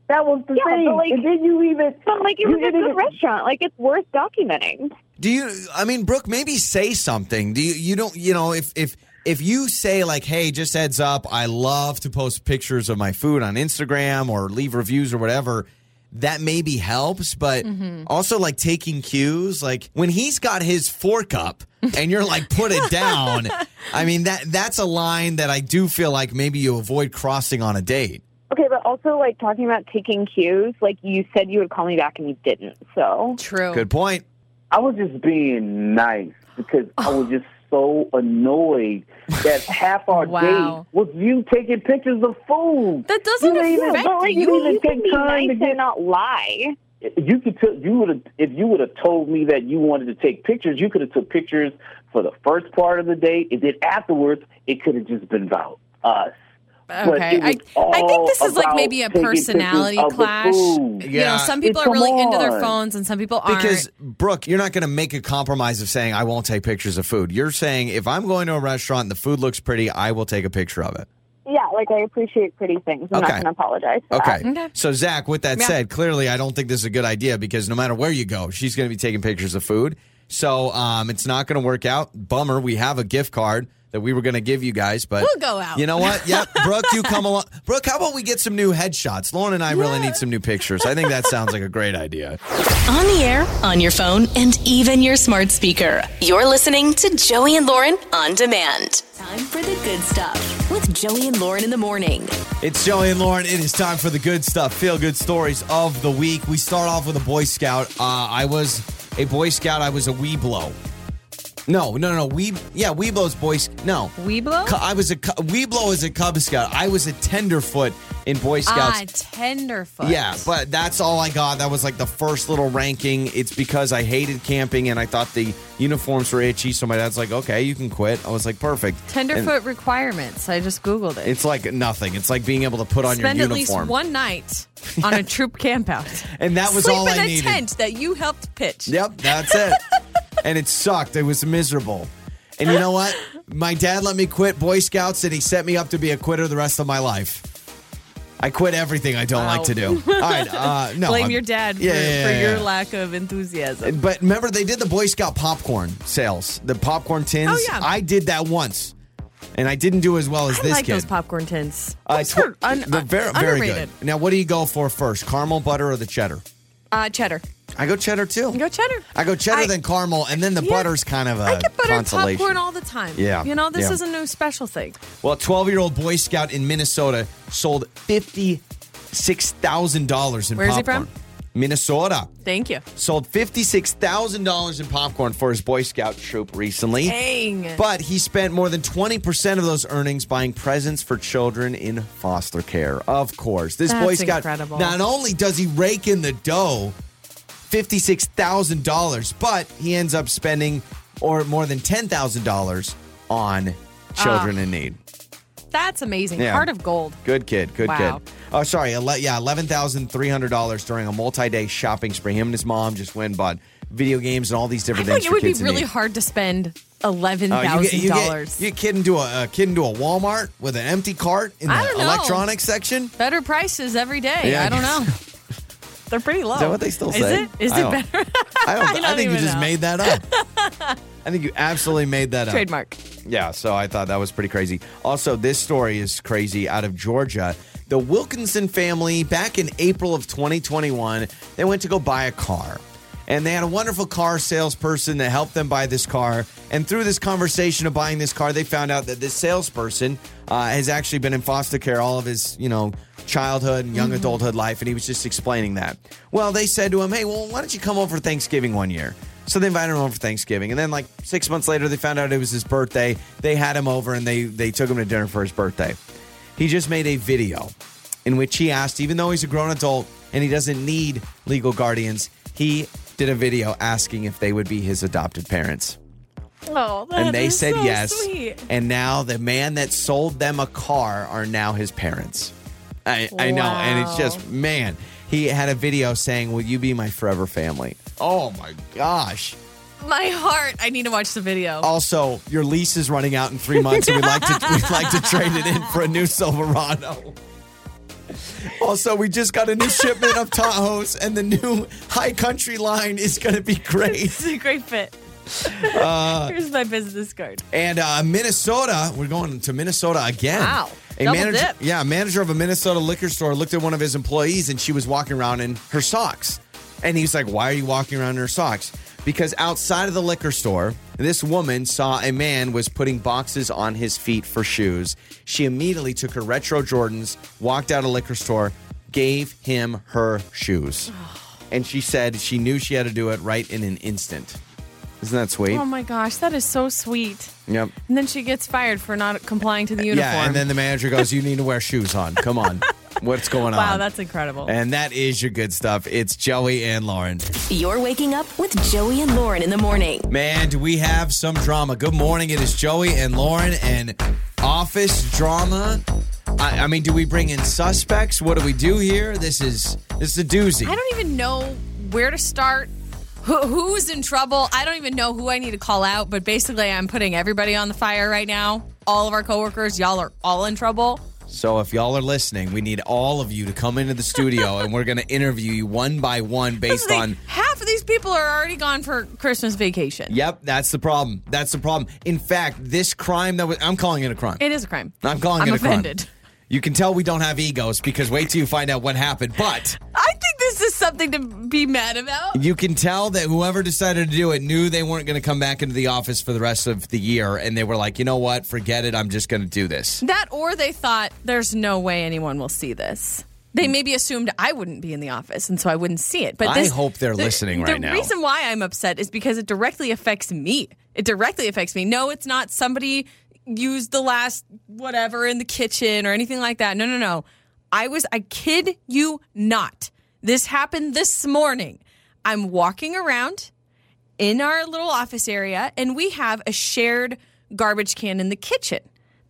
Speaker 8: That was the
Speaker 7: Yeah, but,
Speaker 8: thing.
Speaker 7: like-
Speaker 8: and then you even
Speaker 7: But like it
Speaker 8: you
Speaker 7: was a
Speaker 8: didn't
Speaker 7: good
Speaker 8: even-
Speaker 7: restaurant. Like it's worth documenting.
Speaker 2: Do you I mean Brooke maybe say something. Do you you don't you know if if if you say like hey just heads up I love to post pictures of my food on Instagram or leave reviews or whatever that maybe helps but also like taking cues like when he's got his fork up and you're like put it down. I mean that that's a line that I do feel like maybe you avoid crossing on a date.
Speaker 7: Okay, but also like talking about taking cues. Like you said, you would call me back and you didn't. So
Speaker 3: True.
Speaker 2: Good point.
Speaker 8: I was just being nice because I was just so annoyed that half
Speaker 3: [LAUGHS]
Speaker 8: our
Speaker 3: Wow.
Speaker 8: date was you taking pictures of food.
Speaker 3: That
Speaker 8: You
Speaker 3: doesn't
Speaker 8: didn't even-
Speaker 3: affect
Speaker 8: don't
Speaker 3: you.
Speaker 8: even
Speaker 7: You
Speaker 8: take
Speaker 7: can be
Speaker 8: time
Speaker 7: nice
Speaker 8: to get
Speaker 7: and not lie.
Speaker 8: you could t- you would have if you would have told me that you wanted to take pictures, you could have took pictures for the first part of the day, and then afterwards it could have just been about us. But
Speaker 3: Okay,
Speaker 8: it was
Speaker 3: I, I think
Speaker 8: all
Speaker 3: this is like
Speaker 8: about
Speaker 3: maybe a
Speaker 8: taking pictures
Speaker 3: personality
Speaker 8: of the
Speaker 3: clash.
Speaker 8: food.
Speaker 3: You know,
Speaker 2: Yeah.
Speaker 3: some people
Speaker 8: It-
Speaker 3: are really
Speaker 8: come
Speaker 3: into their
Speaker 8: on.
Speaker 3: phones and some people aren't.
Speaker 2: Because Brooke, you're not going to make a compromise of saying I won't take pictures of food. You're saying if I'm going to a restaurant and the food looks pretty, I will take a picture of it.
Speaker 7: Yeah, like I appreciate pretty things. I'm not
Speaker 2: Okay.
Speaker 7: going to apologize. for that.
Speaker 2: Okay.
Speaker 3: Okay.
Speaker 2: So Zach, with that
Speaker 3: Yeah.
Speaker 2: said, clearly I don't think this is a good idea because no matter where you go, she's going to be taking pictures of food. So um, it's not going to work out. Bummer. We have a gift card that we were going to give you guys, but
Speaker 3: We'll go out.
Speaker 2: You know
Speaker 3: [LAUGHS]
Speaker 2: what? Yep. Brooke, you come along. Brooke, how about we get some new headshots? Lauren and I really need some new pictures. I think that sounds like a great idea.
Speaker 1: On the air, on your phone, and even your smart speaker. You're listening to Joey and Lauren on demand. Time for the good stuff with Joey and Lauren in the morning.
Speaker 2: It's Joey and Lauren. It is time for the good stuff, feel good stories of the week. We start off with a Boy Scout. Uh, I was a Boy Scout. I was a Weeblow. No, no, no. We yeah, Weeblow's Boy Sc- No,
Speaker 3: Weeblo?
Speaker 2: Cu- I was a Cu- Weeblow is a Cub Scout. I was a tenderfoot in Boy
Speaker 3: ah,
Speaker 2: Scouts.
Speaker 3: tenderfoot.
Speaker 2: Yeah, but that's all I got. That was like the first little ranking. It's because I hated camping and I thought the uniforms were itchy. So my dad's like, "Okay, you can quit." I was like, "Perfect." And
Speaker 3: tenderfoot requirements. I just googled it.
Speaker 2: it's like nothing. It's like being able to put on
Speaker 3: Spend
Speaker 2: your
Speaker 3: at
Speaker 2: uniform.
Speaker 3: least one night
Speaker 2: [LAUGHS]
Speaker 3: on a troop campout.
Speaker 2: And that was
Speaker 3: Sleep
Speaker 2: all
Speaker 3: in
Speaker 2: I
Speaker 3: a
Speaker 2: needed.
Speaker 3: tent that you helped pitch.
Speaker 2: [LAUGHS] Yep, that's it. and it sucked. It was miserable. And you know what? My dad let me quit Boy Scouts and he set me up to be a quitter the rest of my life. I quit everything I don't like to do. All right,
Speaker 3: [LAUGHS]
Speaker 2: uh, no.
Speaker 3: Blame
Speaker 2: I'm-
Speaker 3: your dad for,
Speaker 2: Yeah, yeah,
Speaker 3: for
Speaker 2: yeah,
Speaker 3: your
Speaker 2: yeah.
Speaker 3: lack of enthusiasm.
Speaker 2: But remember, they did the Boy Scout popcorn sales, the popcorn tins.
Speaker 3: Oh, yeah.
Speaker 2: I did that once, and I didn't do as well as
Speaker 3: I
Speaker 2: this
Speaker 3: like
Speaker 2: kid.
Speaker 3: those popcorn tins.
Speaker 2: Uh,
Speaker 3: Those
Speaker 2: tw-
Speaker 3: are un-
Speaker 2: they're very, very
Speaker 3: underrated.
Speaker 2: good. Now, what do you go for first, caramel butter or the cheddar?
Speaker 3: Uh, cheddar.
Speaker 2: I go cheddar too.
Speaker 3: Go cheddar.
Speaker 2: I go cheddar
Speaker 3: I-
Speaker 2: then caramel, and then the
Speaker 3: Yeah.
Speaker 2: butter's kind of a
Speaker 3: I get butter and
Speaker 2: consolation.
Speaker 3: popcorn all the time.
Speaker 2: Yeah,
Speaker 3: You know, this
Speaker 2: yeah.
Speaker 3: is a new special thing.
Speaker 2: Well, a 12 year old Boy Scout in Minnesota sold $56,000 in popcorn.
Speaker 3: Where is he from?
Speaker 2: Minnesota.
Speaker 3: Thank you.
Speaker 2: Sold $56,000 in popcorn for his Boy Scout troop recently.
Speaker 3: Dang.
Speaker 2: But he spent more than 20% of those earnings buying presents for children in foster care. Of course. This
Speaker 3: That's
Speaker 2: Boy Scout,
Speaker 3: incredible.
Speaker 2: not only does he rake in the dough, $56,000, but he ends up spending or more than $10,000 on children
Speaker 3: Ah.
Speaker 2: in need.
Speaker 3: That's amazing.
Speaker 2: Yeah.
Speaker 3: Heart of gold.
Speaker 2: Good kid. Good
Speaker 3: Wow.
Speaker 2: kid. Oh, sorry. Ele- yeah, eleven thousand three hundred dollars during a multi-day shopping spree. Him and his mom just went and bought video games and all these
Speaker 3: I
Speaker 2: different
Speaker 3: feel like
Speaker 2: things.
Speaker 3: it
Speaker 2: for
Speaker 3: would be
Speaker 2: kids in
Speaker 3: really
Speaker 2: need.
Speaker 3: hard to spend eleven
Speaker 2: Uh, you get-
Speaker 3: thousand
Speaker 2: you get-
Speaker 3: dollars.
Speaker 2: You kid into a, a kid into a Walmart with an empty cart in
Speaker 3: I
Speaker 2: the
Speaker 3: don't know.
Speaker 2: electronics section.
Speaker 3: Better prices every day.
Speaker 2: Yeah, I
Speaker 3: I don't
Speaker 2: guess.
Speaker 3: know. [LAUGHS] They're pretty low.
Speaker 2: Is that what they still
Speaker 3: Is
Speaker 2: say?
Speaker 3: it? Is
Speaker 2: I
Speaker 3: it
Speaker 2: don't-
Speaker 3: better?
Speaker 2: I
Speaker 3: [LAUGHS]
Speaker 2: don't. I,
Speaker 3: don't
Speaker 2: think you
Speaker 3: even
Speaker 2: just
Speaker 3: know.
Speaker 2: made that up.
Speaker 3: [LAUGHS]
Speaker 2: I think you absolutely made that up.
Speaker 3: Trademark.
Speaker 2: Yeah, so I thought that was pretty crazy. Also, this story is crazy out of Georgia. The Wilkinson family, back in April of 2021, they went to go buy a car. And they had a wonderful car salesperson that helped them buy this car. And through this conversation of buying this car, they found out that this salesperson uh, has actually been in foster care all of his, you know, childhood and young adulthood life. And he was just explaining that. Well, they said to him, hey, well, why don't you come over for Thanksgiving one year? So they invited him over for Thanksgiving, and then like six months later, they found out it was his birthday. They had him over, and they they took him to dinner for his birthday. He just made a video in which he asked, even though he's a grown adult and he doesn't need legal guardians, he did a video asking if they would be his adopted parents,
Speaker 3: Oh, that
Speaker 2: and they
Speaker 3: is
Speaker 2: said
Speaker 3: so
Speaker 2: yes.
Speaker 3: Sweet.
Speaker 2: And now the man that sold them a car are now his parents. I, I know, and it's
Speaker 3: Wow.
Speaker 2: just man. He had a video saying, "Will you be my forever family?" Oh my gosh.
Speaker 3: My heart. I need to watch the video. [LAUGHS]
Speaker 2: Also, your lease is running out in three months, and we'd like to we'd like to trade it in for a new Silverado. Also, we just got a new shipment of Tahoes, and the new High Country line is going to be great.
Speaker 3: This is a great fit.
Speaker 2: Uh,
Speaker 3: [LAUGHS] Here's my business card.
Speaker 2: And uh, Minnesota, we're going to Minnesota again.
Speaker 3: Wow.
Speaker 2: A
Speaker 3: Double
Speaker 2: manager,
Speaker 3: dip.
Speaker 2: yeah, a manager of a Minnesota liquor store looked at one of his employees, and she was walking around in her socks. And he's like, "Why are you walking around in her socks?" Because outside of the liquor store, this woman saw a man was putting boxes on his feet for shoes. She immediately took her retro Jordans, walked out of liquor store, gave him
Speaker 3: [SIGHS]
Speaker 2: her shoes, and she said she knew she had to do it right in an instant. Isn't that sweet?
Speaker 3: Oh my gosh, that is so sweet.
Speaker 2: yep.
Speaker 3: And then she gets fired for not complying to the uniform.
Speaker 2: Yeah, and then the manager goes, "You need to wear shoes on. Come on, what's going on?"
Speaker 3: wow, that's incredible.
Speaker 2: um, and that is your good stuff. It's Joey and Lauren.
Speaker 1: You're waking up with Joey and Lauren in the morning.
Speaker 2: Man, do we have some drama? Good morning. It is Joey and Lauren and office drama. I, I mean, do we bring in suspects? What do we do here? This is this is a doozy.
Speaker 3: I don't e- even know where to start. Who, who's in trouble? I don't even know who I need to call out, but basically, I'm putting everybody on the fire right now. All of our coworkers, y'all are all in trouble.
Speaker 2: So if y'all are listening, we need all of you to come into the studio and we're going to interview you one by one
Speaker 3: That's the
Speaker 2: based
Speaker 3: thing.
Speaker 2: on
Speaker 3: half of these people are already gone for Christmas vacation.
Speaker 2: Yep, that's the problem. That's the problem. In fact, this crime that was I'm calling it a crime.
Speaker 3: It is a crime.
Speaker 2: I'm calling
Speaker 3: I'm
Speaker 2: it a
Speaker 3: offended.
Speaker 2: crime. You can tell we don't have egos because wait till you find out what happened. But
Speaker 3: I think this is something to be mad about.
Speaker 2: you can tell that whoever decided to do it knew they weren't going to come back into the office for the rest of the year. And they were like, you know what? Forget it. I'm just going to do this.
Speaker 3: That or they thought there's no way anyone will see this. They maybe assumed I wouldn't be in the office and so I wouldn't see it. But
Speaker 2: Hmm. I
Speaker 3: this,
Speaker 2: hope they're
Speaker 3: the-
Speaker 2: listening
Speaker 3: the
Speaker 2: right now.
Speaker 3: reason why I'm upset is because it directly affects me. It directly affects me. No, it's not somebody used the last whatever in the kitchen or anything like that. No, no, no. I was I kid you not. This happened this morning. I'm walking around in our little office area and we have a shared garbage can in the kitchen.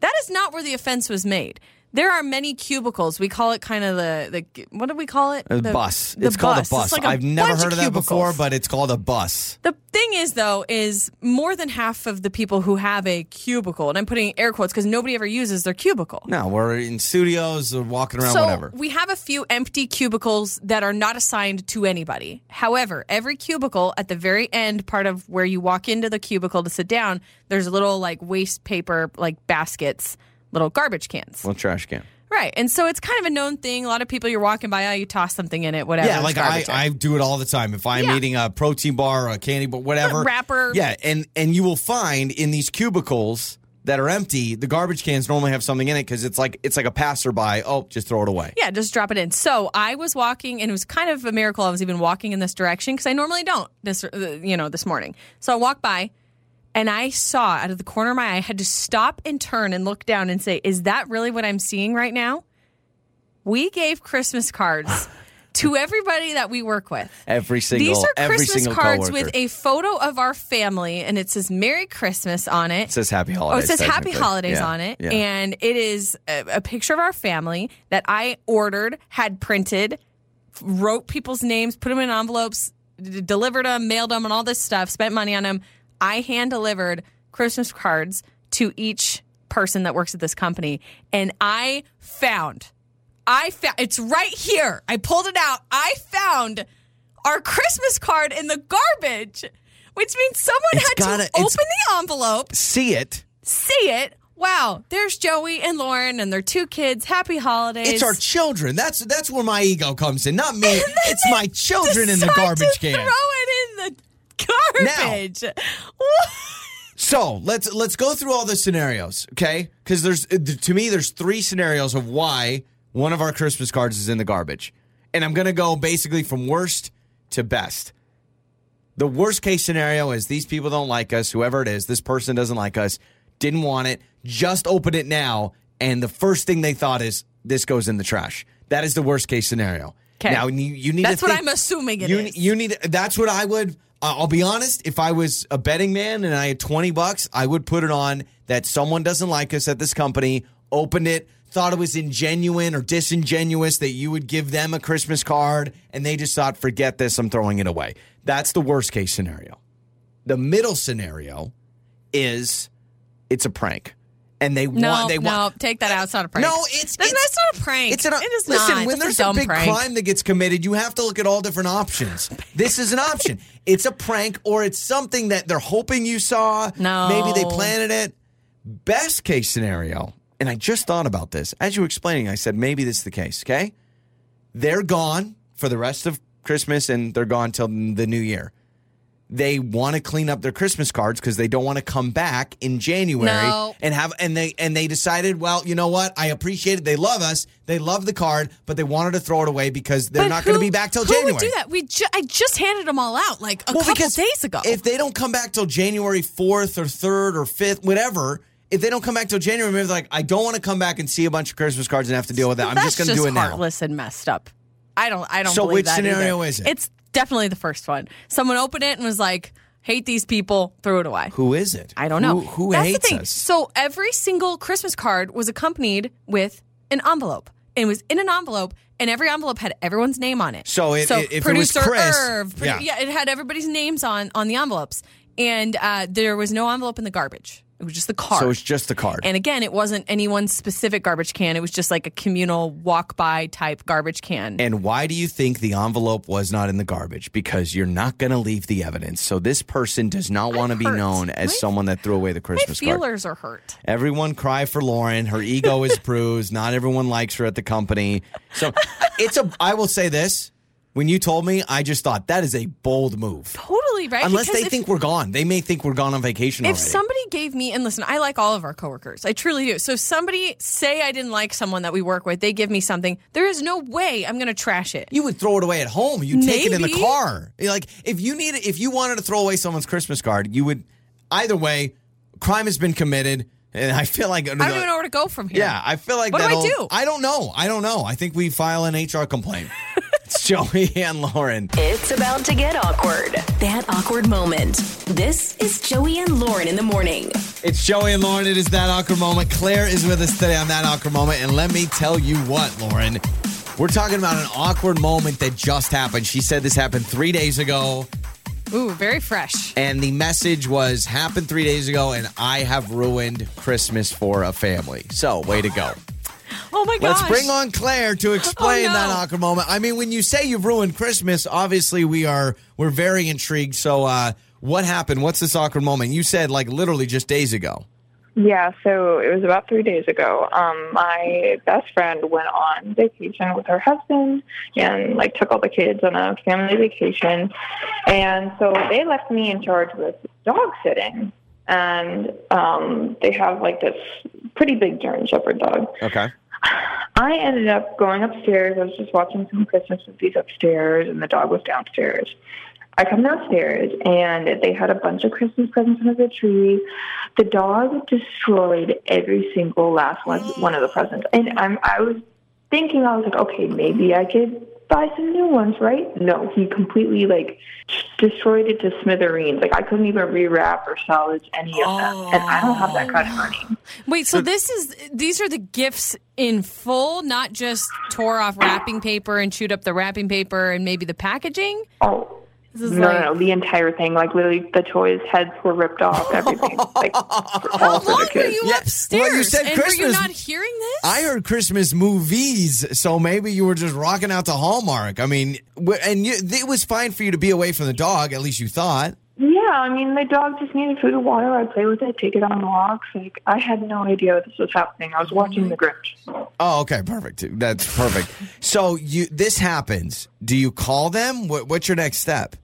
Speaker 3: That is not where the offense was made. There are many cubicles. We call it kind of the, the what do we call it?
Speaker 2: A
Speaker 3: The-
Speaker 2: bus.
Speaker 3: the
Speaker 2: it's called a
Speaker 3: It's
Speaker 2: bus.
Speaker 3: like
Speaker 2: I've never
Speaker 3: bunch
Speaker 2: heard of that before,
Speaker 3: cubicles.
Speaker 2: but it's called a bus.
Speaker 3: The thing is, though, is more than half of the people who have a cubicle, and I'm putting air quotes because nobody ever uses their cubicle.
Speaker 2: No, we're in studios or walking around,
Speaker 3: So
Speaker 2: whatever.
Speaker 3: we have a few empty cubicles that are not assigned to anybody. However, every cubicle at the very end, part of where you walk into the cubicle to sit down, there's little like waste paper, like baskets, little garbage cans.
Speaker 2: Well, trash can.
Speaker 3: Right. And so it's kind of a known thing. A lot of people you're walking by, oh, you toss something in it, whatever.
Speaker 2: Yeah,
Speaker 3: it's
Speaker 2: like I,
Speaker 3: garbage in.
Speaker 2: I do it all the time. If I'm
Speaker 3: Yeah.
Speaker 2: eating a protein bar or a candy bar, whatever.
Speaker 3: A [LAUGHS] wrapper.
Speaker 2: Yeah, and and you will find in these cubicles that are empty, the garbage cans normally have something in it because it's like it's like a passerby. Oh, just throw it away.
Speaker 3: Yeah, just drop it in. So I was walking, and it was kind of a miracle I was even walking in this direction because I normally don't. This, uh, you know, this morning. So I walked by, and I saw out of the corner of my eye. I had to stop and turn and look down and say, "Is that really what I'm seeing right now?" We gave
Speaker 2: [LAUGHS]
Speaker 3: Christmas cards to everybody that we work with.
Speaker 2: Every single
Speaker 3: These are
Speaker 2: every
Speaker 3: Christmas
Speaker 2: single
Speaker 3: cards
Speaker 2: coworker.
Speaker 3: with a photo of our family, and it says "Merry Christmas" on it.
Speaker 2: It says happy
Speaker 3: Oh,
Speaker 2: holidays.
Speaker 3: it says Happy
Speaker 2: technically.
Speaker 3: Holidays
Speaker 2: Yeah,
Speaker 3: on it.
Speaker 2: yeah.
Speaker 3: And it is a, a picture of our family that I ordered, had printed, wrote people's names, put them in envelopes, d- delivered them, mailed them, and all this stuff, spent money on them. I hand delivered Christmas cards to each person that works at this company. And I found, I found, it's right here. I pulled it out. I found our Christmas card in the garbage. Which means someone
Speaker 2: It's
Speaker 3: had
Speaker 2: gotta-
Speaker 3: to
Speaker 2: it's-
Speaker 3: open the envelope,
Speaker 2: See it.
Speaker 3: see it. Wow, there's Joey and Lauren and their two kids. Happy holidays.
Speaker 2: It's our children. That's that's where my ego comes in.
Speaker 3: [LAUGHS]
Speaker 2: Not me. it's my children in the
Speaker 3: Decide
Speaker 2: garbage
Speaker 3: to
Speaker 2: can.
Speaker 3: Throw it in the garbage. [LAUGHS]
Speaker 2: So let's let's go through all the scenarios, okay? Because there's uh, to me there's three scenarios of why one of our Christmas cards is in the garbage, and I'm gonna go basically from worst to best. The worst case scenario is these people don't like us. Whoever it is, this person doesn't like us. Didn't want it. Just open it now, and the first thing they thought is this goes in the trash. That is the worst case scenario.
Speaker 3: 'Kay.
Speaker 2: Now you, you need.
Speaker 3: That's
Speaker 2: to
Speaker 3: what
Speaker 2: think-
Speaker 3: I'm assuming it
Speaker 2: you,
Speaker 3: is.
Speaker 2: You need. That's what I would. I- I'll be honest. If I was a betting man and I had twenty bucks, I would put it on that someone doesn't like us at this company. Opened it, thought it was ingenuine or disingenuous that you would give them a Christmas card, and they just thought, "Forget this. I'm throwing it away." That's the worst case scenario. The middle scenario is it's a prank, and they
Speaker 3: No,
Speaker 2: want they
Speaker 3: no,
Speaker 2: want
Speaker 3: take that out. It's not a prank.
Speaker 2: No, it's-
Speaker 3: that's,
Speaker 2: it's-
Speaker 3: that's not a prank.
Speaker 2: it's an
Speaker 3: it is
Speaker 2: listen.
Speaker 3: not.
Speaker 2: When
Speaker 3: That's
Speaker 2: there's
Speaker 3: a,
Speaker 2: a,
Speaker 3: dumb
Speaker 2: big
Speaker 3: prank.
Speaker 2: crime that gets committed, you have to look at all different options. this is an option. It's a prank, or it's something that they're hoping you saw.
Speaker 3: No.
Speaker 2: maybe they planted it. Best case scenario, and I just thought about this as you were explaining. I said maybe this is the case. Okay, they're gone for the rest of Christmas, and they're gone till the New Year. they want to clean up their Christmas cards because they don't want to come back in January
Speaker 3: No.
Speaker 2: and have and they and they decided, well, you know what? I appreciate it. They love us. They love the card, but they wanted to throw it away because they're
Speaker 3: But
Speaker 2: not going to
Speaker 3: who-
Speaker 2: be back till
Speaker 3: who
Speaker 2: January.
Speaker 3: Would do that? We ju- I just handed them all out like a
Speaker 2: Well,
Speaker 3: couple
Speaker 2: because
Speaker 3: days ago.
Speaker 2: If they don't come back till January 4th or 3rd or 5th, whatever, if they don't come back till January, maybe they're like, I don't want to come back and see a bunch of Christmas cards and have to deal with that. I'm
Speaker 3: That's
Speaker 2: just going to do it now.
Speaker 3: heartless and messed up. I don't. I don't.
Speaker 2: So
Speaker 3: believe
Speaker 2: which
Speaker 3: that
Speaker 2: scenario
Speaker 3: either.
Speaker 2: is it?
Speaker 3: It's definitely the first one. Someone opened it and was like, "Hate these people," threw it away.
Speaker 2: Who is it?
Speaker 3: I don't know.
Speaker 2: Who, who
Speaker 3: That's
Speaker 2: hates
Speaker 3: the thing.
Speaker 2: us?
Speaker 3: So every single Christmas card was accompanied with an envelope. It was in an envelope, and every envelope had everyone's name on it.
Speaker 2: So it- it- if it was
Speaker 3: producer
Speaker 2: Chris-
Speaker 3: Irv, produ-
Speaker 2: yeah.
Speaker 3: yeah, it had everybody's names on on the envelopes, and uh, there was no envelope in the garbage. It was just the card.
Speaker 2: so it's just the card.
Speaker 3: And again, it wasn't anyone's specific garbage can. It was just like a communal walk by type garbage can.
Speaker 2: And why do you think the envelope was not in the garbage? Because you're not going to leave the evidence. So this person does not want to be
Speaker 3: hurt.
Speaker 2: known as
Speaker 3: My-
Speaker 2: someone that threw away the
Speaker 3: My
Speaker 2: Christmas card.
Speaker 3: feelers are hurt.
Speaker 2: Everyone cry for Lauren. Her ego
Speaker 3: [LAUGHS]
Speaker 2: is bruised. Not everyone likes her at the company. So it's a. I will say this: when you told me, I just thought that is a bold move.
Speaker 3: Totally right.
Speaker 2: Unless
Speaker 3: Because
Speaker 2: they
Speaker 3: if-
Speaker 2: think we're gone, they may think we're gone on vacation.
Speaker 3: If
Speaker 2: already.
Speaker 3: somebody gave me, and listen, I like all of our coworkers. I truly do. So if somebody say I didn't like someone that we work with, they give me something, there is no way I'm going to trash it.
Speaker 2: you would throw it away at home. You take it in the
Speaker 3: Maybe.
Speaker 2: car. Like if you need, if you wanted to throw away someone's Christmas card, you would. Either way, crime has been committed, and I feel like
Speaker 3: I don't even know where to go from here.
Speaker 2: Yeah, I feel like
Speaker 3: What do
Speaker 2: that
Speaker 3: I
Speaker 2: old-
Speaker 3: do?
Speaker 2: I don't know. I don't know. I think we file an HR
Speaker 3: [LAUGHS]
Speaker 2: complaint. it's Joey and Lauren.
Speaker 1: It's about to get awkward. That awkward moment. This is Joey and Lauren in the morning.
Speaker 2: It's Joey and Lauren. It is that awkward moment. Claire is with us today on that awkward moment, and let me tell you what, Lauren. We're talking about an awkward moment that just happened. She said this happened three days ago,
Speaker 3: Ooh, very fresh.
Speaker 2: and the message was happened three days ago, and I have ruined Christmas for a family. So, way to go.
Speaker 3: [LAUGHS] Oh my gosh.
Speaker 2: Let's bring on Claire to explain
Speaker 3: Oh, no.
Speaker 2: that awkward moment. I mean, when you say you've ruined Christmas, obviously we are we're very intrigued. So, uh, what happened? What's this awkward moment? You said like literally just days ago.
Speaker 7: Yeah, so it was about three days ago. Um, my best friend went on vacation with her husband and like took all the kids on a family vacation, and so they left me in charge with dog sitting. And um, they have like this pretty big German Shepherd dog,
Speaker 2: Okay.
Speaker 7: I ended up going upstairs. I was just watching some Christmas movies upstairs, and the dog was downstairs. I come downstairs, and they had a bunch of Christmas presents under the tree. The dog destroyed every single last one, one of the presents, and I'm, I was thinking, I was like, okay, maybe I could buy some new ones, right? No, he completely like destroyed it to smithereens. Like I couldn't even rewrap or salvage any of them, and I don't have that kind of money.
Speaker 3: Wait, so this is these are the gifts in full, not just tore off wrapping paper and chewed up the wrapping paper and maybe the packaging.
Speaker 7: Oh.
Speaker 3: This is
Speaker 7: no,
Speaker 3: like-
Speaker 7: no, no, the entire thing. Like literally, the toys' heads were ripped off. Everything. like all
Speaker 3: How
Speaker 7: for the
Speaker 3: long were
Speaker 7: kids.
Speaker 3: you
Speaker 2: Yeah,
Speaker 3: upstairs?
Speaker 2: well, you said
Speaker 3: and were you
Speaker 2: Christmas.
Speaker 3: not hearing this?
Speaker 2: I heard Christmas movies, so maybe you were just rocking out to Hallmark. I mean, wh- and you, it was fine for you to be away from the dog, at least you thought.
Speaker 7: Yeah, I mean, the dog just needed food and water. I play with it, take it on walks. Like I had no idea this was happening. I was watching The Grinch.
Speaker 2: Oh, okay, perfect. That's perfect. So you, this happens. Do you call them? What, what's your next step?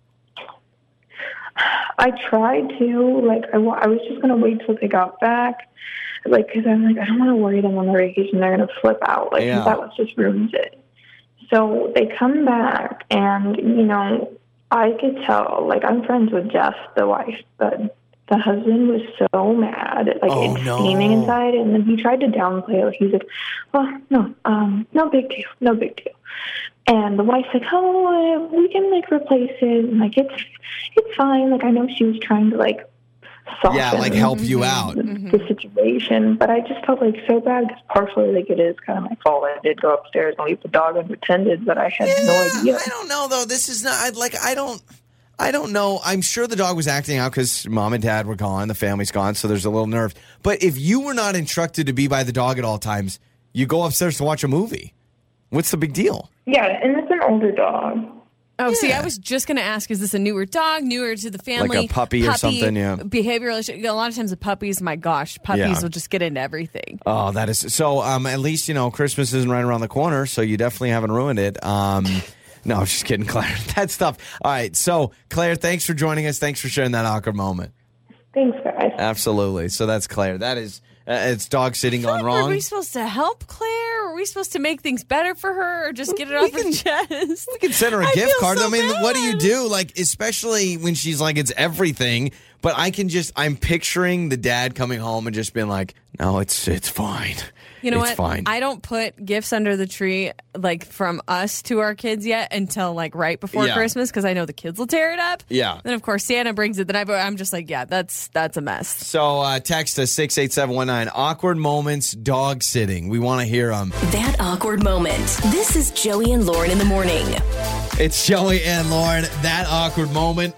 Speaker 7: I tried to like I, wa- I was just gonna wait till they got back, like because I'm like I don't want to worry them on their vacation. They're gonna flip out. Like
Speaker 2: Yeah.
Speaker 7: that was just ruins it. So they come back, and you know I could tell. Like I'm friends with Jeff, the wife, but the husband was so mad, like
Speaker 2: Oh,
Speaker 7: it's
Speaker 2: no.
Speaker 7: steaming inside, and then he tried to downplay it. He's like, "Well, no, um, no big deal, no big deal." And the wife's like, "Oh, uh, we can like replace it. And, like it's it's fine. Like I know she was trying to like soften
Speaker 2: Yeah, like help you out.
Speaker 7: the, the situation, but I just felt like so bad because partially like it is kind of my fault. I did go upstairs and leave the dog unattended, but I had no
Speaker 2: Yeah,
Speaker 7: idea.
Speaker 2: I don't know though. This is not I'd like I don't I don't know. I'm sure the dog was acting out because mom and dad were gone, the family's gone, so there's a little nerve. But if you were not instructed to be by the dog at all times, you go upstairs to watch a movie. What's the big deal?
Speaker 7: Yeah, and it's an older dog.
Speaker 3: Oh, see, I was just going to ask: Is this a newer dog, newer to the family,
Speaker 2: puppy or something, yeah.
Speaker 3: Behavioral issue. A lot of times, the puppies. My gosh, puppies
Speaker 2: Yeah.
Speaker 3: will just get into everything.
Speaker 2: Oh, that is so. Um, [LAUGHS] at least you know Christmas isn't right around the corner, so you definitely haven't ruined it. Um, No, I'm just kidding, [LAUGHS] Claire. That's tough. All right. So, Claire, thanks for joining us. Thanks for sharing that awkward moment.
Speaker 7: Thanks, guys.
Speaker 2: Absolutely. So that's Claire. That is, uh, it's dog sitting gone
Speaker 3: Were
Speaker 2: wrong.
Speaker 3: we supposed to help Claire? Were we supposed to make things better for her or just get it off her chest?
Speaker 2: You can send her a
Speaker 3: I
Speaker 2: gift
Speaker 3: feel
Speaker 2: card.
Speaker 3: so
Speaker 2: I mean, what do you
Speaker 3: bad.
Speaker 2: do? Like, especially when she's like, it's everything. But I can just, I'm picturing the dad coming home and just being like, no, it's it's fine.
Speaker 3: You know
Speaker 2: it's
Speaker 3: what?
Speaker 2: Fine.
Speaker 3: I don't put gifts under the tree like from us to our kids yet until like right before
Speaker 2: Yeah.
Speaker 3: Christmas because I know the kids will tear it up.
Speaker 2: Yeah.
Speaker 3: Then of course Santa brings it. Then I, but I'm just like, yeah, that's that's a mess.
Speaker 2: so uh, text us six eight seven one nine. Awkward moments, dog sitting. We want to hear them.
Speaker 1: That awkward moment. This is Joey and Lauren in the morning.
Speaker 2: It's Joey and Lauren. That awkward moment.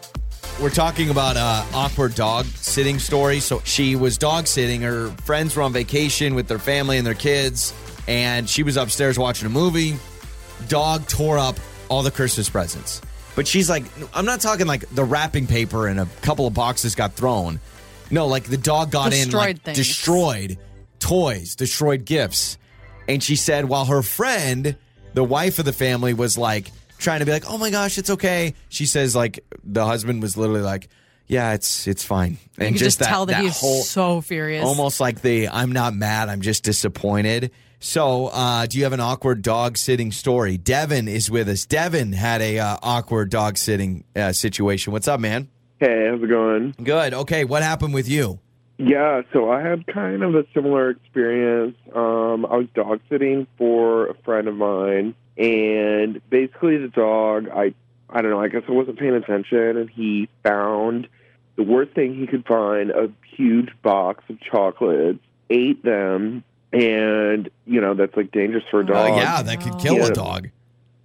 Speaker 2: We're talking about uh, awkward dog sitting story. So she was dog sitting. Her friends were on vacation with their family and their kids, and she was upstairs watching a movie. Dog tore up all the Christmas presents, but she's like, I'm not talking like the wrapping paper and a couple of boxes got thrown. No, like the dog got in,
Speaker 3: Destroyed
Speaker 2: like,
Speaker 3: things.
Speaker 2: destroyed toys, destroyed gifts. And she said, while her friend, the wife of the family, was like trying to be like, "Oh my gosh, it's okay." She says, like the husband was literally like, "Yeah, it's it's fine." And
Speaker 3: You can just, tell that, he's
Speaker 2: whole
Speaker 3: so furious.
Speaker 2: almost like the "I'm not mad, I'm just disappointed." So, uh, do you have an awkward dog sitting story? Devin is with us. Devin had a uh, awkward dog sitting uh, situation. What's up, man?
Speaker 8: Hey, how's it going?
Speaker 2: Good. Okay, what happened with you?
Speaker 8: Yeah, so I had kind of a similar experience. Um, I was dog sitting for a friend of mine, and basically the dog, I, I don't know, I guess I wasn't paying attention, and he found the worst thing he could find a huge box of chocolates, ate them, and, you know, that's like dangerous for a
Speaker 2: Uh,
Speaker 8: dog.
Speaker 2: yeah, that could kill a
Speaker 8: Yeah. [LAUGHS]
Speaker 2: dog.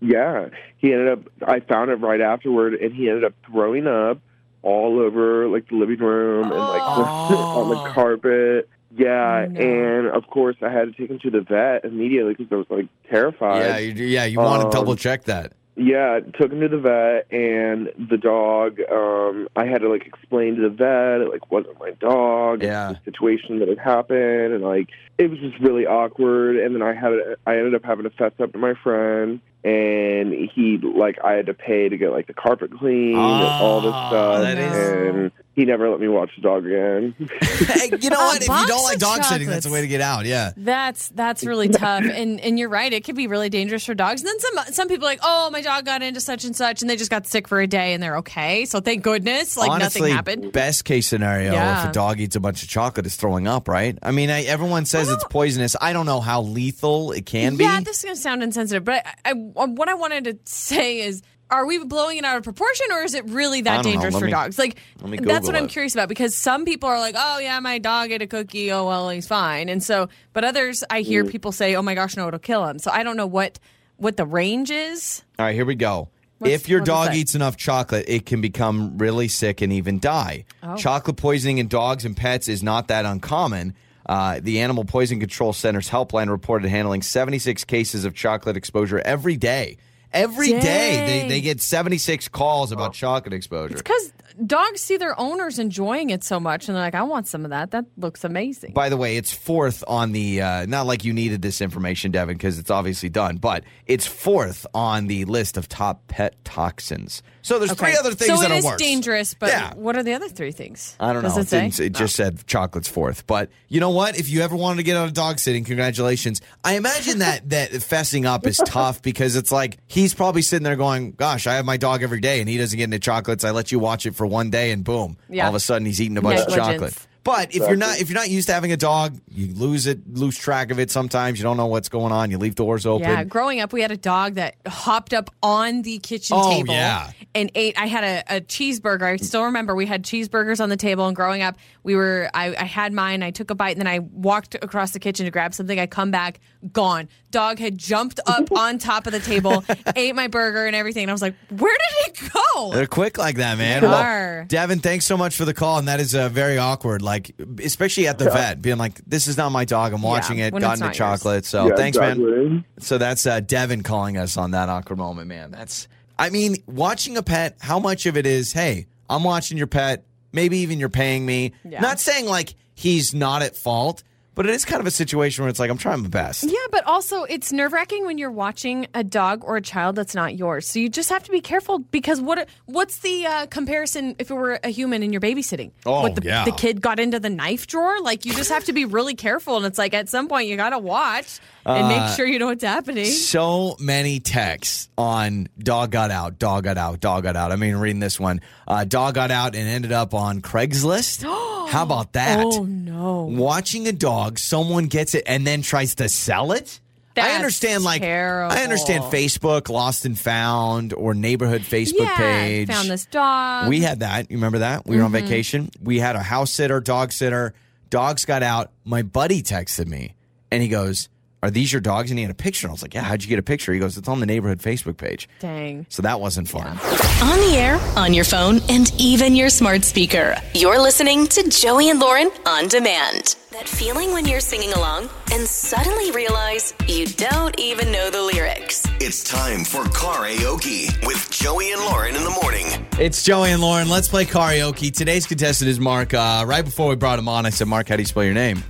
Speaker 8: Yeah, he ended up. I found it right afterward, and he ended up throwing up all over like the living room and like on
Speaker 2: Oh.
Speaker 8: the carpet. Yeah,
Speaker 3: No.
Speaker 8: and of course I had to take him to the vet immediately because I was like terrified.
Speaker 2: Yeah, you, yeah, you want
Speaker 8: Um,
Speaker 2: to double check that.
Speaker 8: Yeah, took him to the vet, and the dog. Um, I had to like explain to the vet it like wasn't my dog. it's
Speaker 2: Yeah.
Speaker 8: the situation that had happened, and like it was just really awkward. And then I had I ended up having to fess up to my friend, and he like I had to pay to get like the carpet cleaned and all this
Speaker 2: Ah,
Speaker 8: stuff,
Speaker 2: that
Speaker 3: is-
Speaker 8: and he never let me watch the dog again.
Speaker 2: Hey, [LAUGHS] you know
Speaker 3: A
Speaker 2: what? If you
Speaker 3: Uh, box
Speaker 2: don't like
Speaker 3: of
Speaker 2: dog sitting, that's
Speaker 3: chocolates.
Speaker 2: a way to get out. Yeah.
Speaker 3: That's that's really tough, and and you're right. It could be really dangerous for dogs. And then some some people are like, oh, my dog got into such and such, and they just got sick for a day, and they're okay. So thank goodness, like
Speaker 2: Honestly,
Speaker 3: nothing happened.
Speaker 2: best case scenario if
Speaker 3: Yeah.
Speaker 2: a dog eats a bunch of chocolate is throwing up, right? I mean, I, everyone says it's poisonous. I don't know how lethal it can
Speaker 3: Yeah,
Speaker 2: be.
Speaker 3: this is gonna sound insensitive, but I, I, what I wanted to say is, are we blowing it out of proportion, or is it really
Speaker 2: I
Speaker 3: that
Speaker 2: don't know.
Speaker 3: dangerous
Speaker 2: Let
Speaker 3: for
Speaker 2: me-
Speaker 3: dogs? Like,
Speaker 2: let me
Speaker 3: that's what
Speaker 2: Google
Speaker 3: I'm
Speaker 2: it.
Speaker 3: curious about because some people are like, oh yeah, my dog ate a cookie. Oh well, he's fine. And so, but others, I hear
Speaker 2: Mm.
Speaker 3: people say, oh my gosh, no, it'll kill him. So I don't know what what the range is.
Speaker 2: All right, here we go.
Speaker 3: What's-
Speaker 2: if your
Speaker 3: what does it
Speaker 2: dog
Speaker 3: say?
Speaker 2: eats enough chocolate, it can become really sick and even die.
Speaker 3: Oh.
Speaker 2: Chocolate poisoning in dogs and pets is not that uncommon. Uh, the Animal Poison Control Center's helpline reported handling 76 cases of chocolate exposure every day. Every day
Speaker 3: Dang.
Speaker 2: they, they get 76 calls about chocolate exposure.
Speaker 3: Because dogs see their owners enjoying it so much, and they're like, "I want some of that. That looks amazing."
Speaker 2: By the way, it's fourth on the, uh, not like you needed this information, Devin, because it's obviously done, but it's fourth on the list of top pet toxins. So there's three
Speaker 3: Okay.
Speaker 2: other things
Speaker 3: so
Speaker 2: that
Speaker 3: it
Speaker 2: are
Speaker 3: is
Speaker 2: worse.
Speaker 3: dangerous, but
Speaker 2: Yeah.
Speaker 3: what are the other three things?
Speaker 2: I don't
Speaker 3: Does
Speaker 2: know.
Speaker 3: It say?
Speaker 2: didn't- it just said chocolate's fourth. But you know what? If you ever wanted to get out of dog sitting, congratulations. I imagine
Speaker 3: [LAUGHS]
Speaker 2: that that fessing up is tough because it's like he's probably sitting there going, "Gosh, I have my dog every day, and he doesn't get into chocolates. I let you watch it for one day, and boom,
Speaker 3: Yeah.
Speaker 2: all of a sudden he's eating a bunch of
Speaker 3: Negligence.
Speaker 2: chocolate." But if you're not if you're not used to having a dog, you lose it, lose track of it. Sometimes you don't know what's going on. You leave doors open.
Speaker 3: Yeah, growing up, we had a dog that hopped up on the kitchen
Speaker 2: Oh,
Speaker 3: table
Speaker 2: yeah.
Speaker 3: and ate. I had a, a cheeseburger. I still remember we had cheeseburgers on the table. And growing up, we were I, I had mine. I took a bite and then I walked across the kitchen to grab something. I come back, gone. Dog had jumped
Speaker 2: [LAUGHS]
Speaker 3: up on top of the table, ate my burger and everything. And I was like, "Where did it go?"
Speaker 2: They're quick like that, man.
Speaker 3: They
Speaker 2: Well,
Speaker 3: are.
Speaker 2: Devin, thanks so much for the call. And that is uh, very awkward, like, especially at the vet, being like, this is not my dog. I'm watching it,
Speaker 3: when
Speaker 2: got
Speaker 3: it's
Speaker 2: into
Speaker 3: not yours.
Speaker 2: chocolate. So
Speaker 8: Yeah,
Speaker 2: thanks, man.
Speaker 8: exactly.
Speaker 2: So that's uh, Devin calling us on that awkward moment, man. That's, I mean, watching a pet, how much of it is, hey, I'm watching your pet, maybe even you're paying me. Not saying like he's not at fault, But it is kind of a situation where it's like I'm trying my best.
Speaker 3: Yeah, but also it's nerve wracking when you're watching a dog or a child that's not yours. So you just have to be careful because what what's the uh, comparison if it were a human and you're babysitting?
Speaker 2: Oh,
Speaker 3: what, the,
Speaker 2: yeah.
Speaker 3: the kid got into the knife drawer. Like you just have to be really careful, and it's like at some point you gotta watch and
Speaker 2: Uh,
Speaker 3: make sure you know what's happening.
Speaker 2: So many texts on dog got out, dog got out, dog got out. I mean, reading this one, uh, dog got out and ended up on
Speaker 3: [GASPS]
Speaker 2: Craigslist. How about that?
Speaker 3: Oh no.
Speaker 2: Watching a dog, someone gets it and then tries to sell it. I
Speaker 3: That's
Speaker 2: understand, like I understand
Speaker 3: terrible.
Speaker 2: Facebook Lost and Found or neighborhood Facebook
Speaker 3: yeah,
Speaker 2: page.
Speaker 3: found this dog.
Speaker 2: We had that. You remember that? We were on
Speaker 3: Mm-hmm.
Speaker 2: vacation. We had a house sitter, dog sitter. Dogs got out. My buddy texted me and he goes, Are these your dogs? And he had a picture. And I was like, Yeah, how'd you get a picture? He goes, It's on the neighborhood Facebook page.
Speaker 3: Dang.
Speaker 2: So that wasn't fun.
Speaker 1: On the air, on your phone, and even your smart speaker. You're listening to Joey and Lauren on demand. That feeling when you're singing along and suddenly realize you don't even know the lyrics.
Speaker 6: It's time for karaoke with Joey and Lauren in the morning.
Speaker 2: It's Joey and Lauren. Let's play karaoke. Today's contestant is Mark. Uh, right before we brought him on, I said, Mark, how do you spell your
Speaker 3: [LAUGHS]
Speaker 2: name?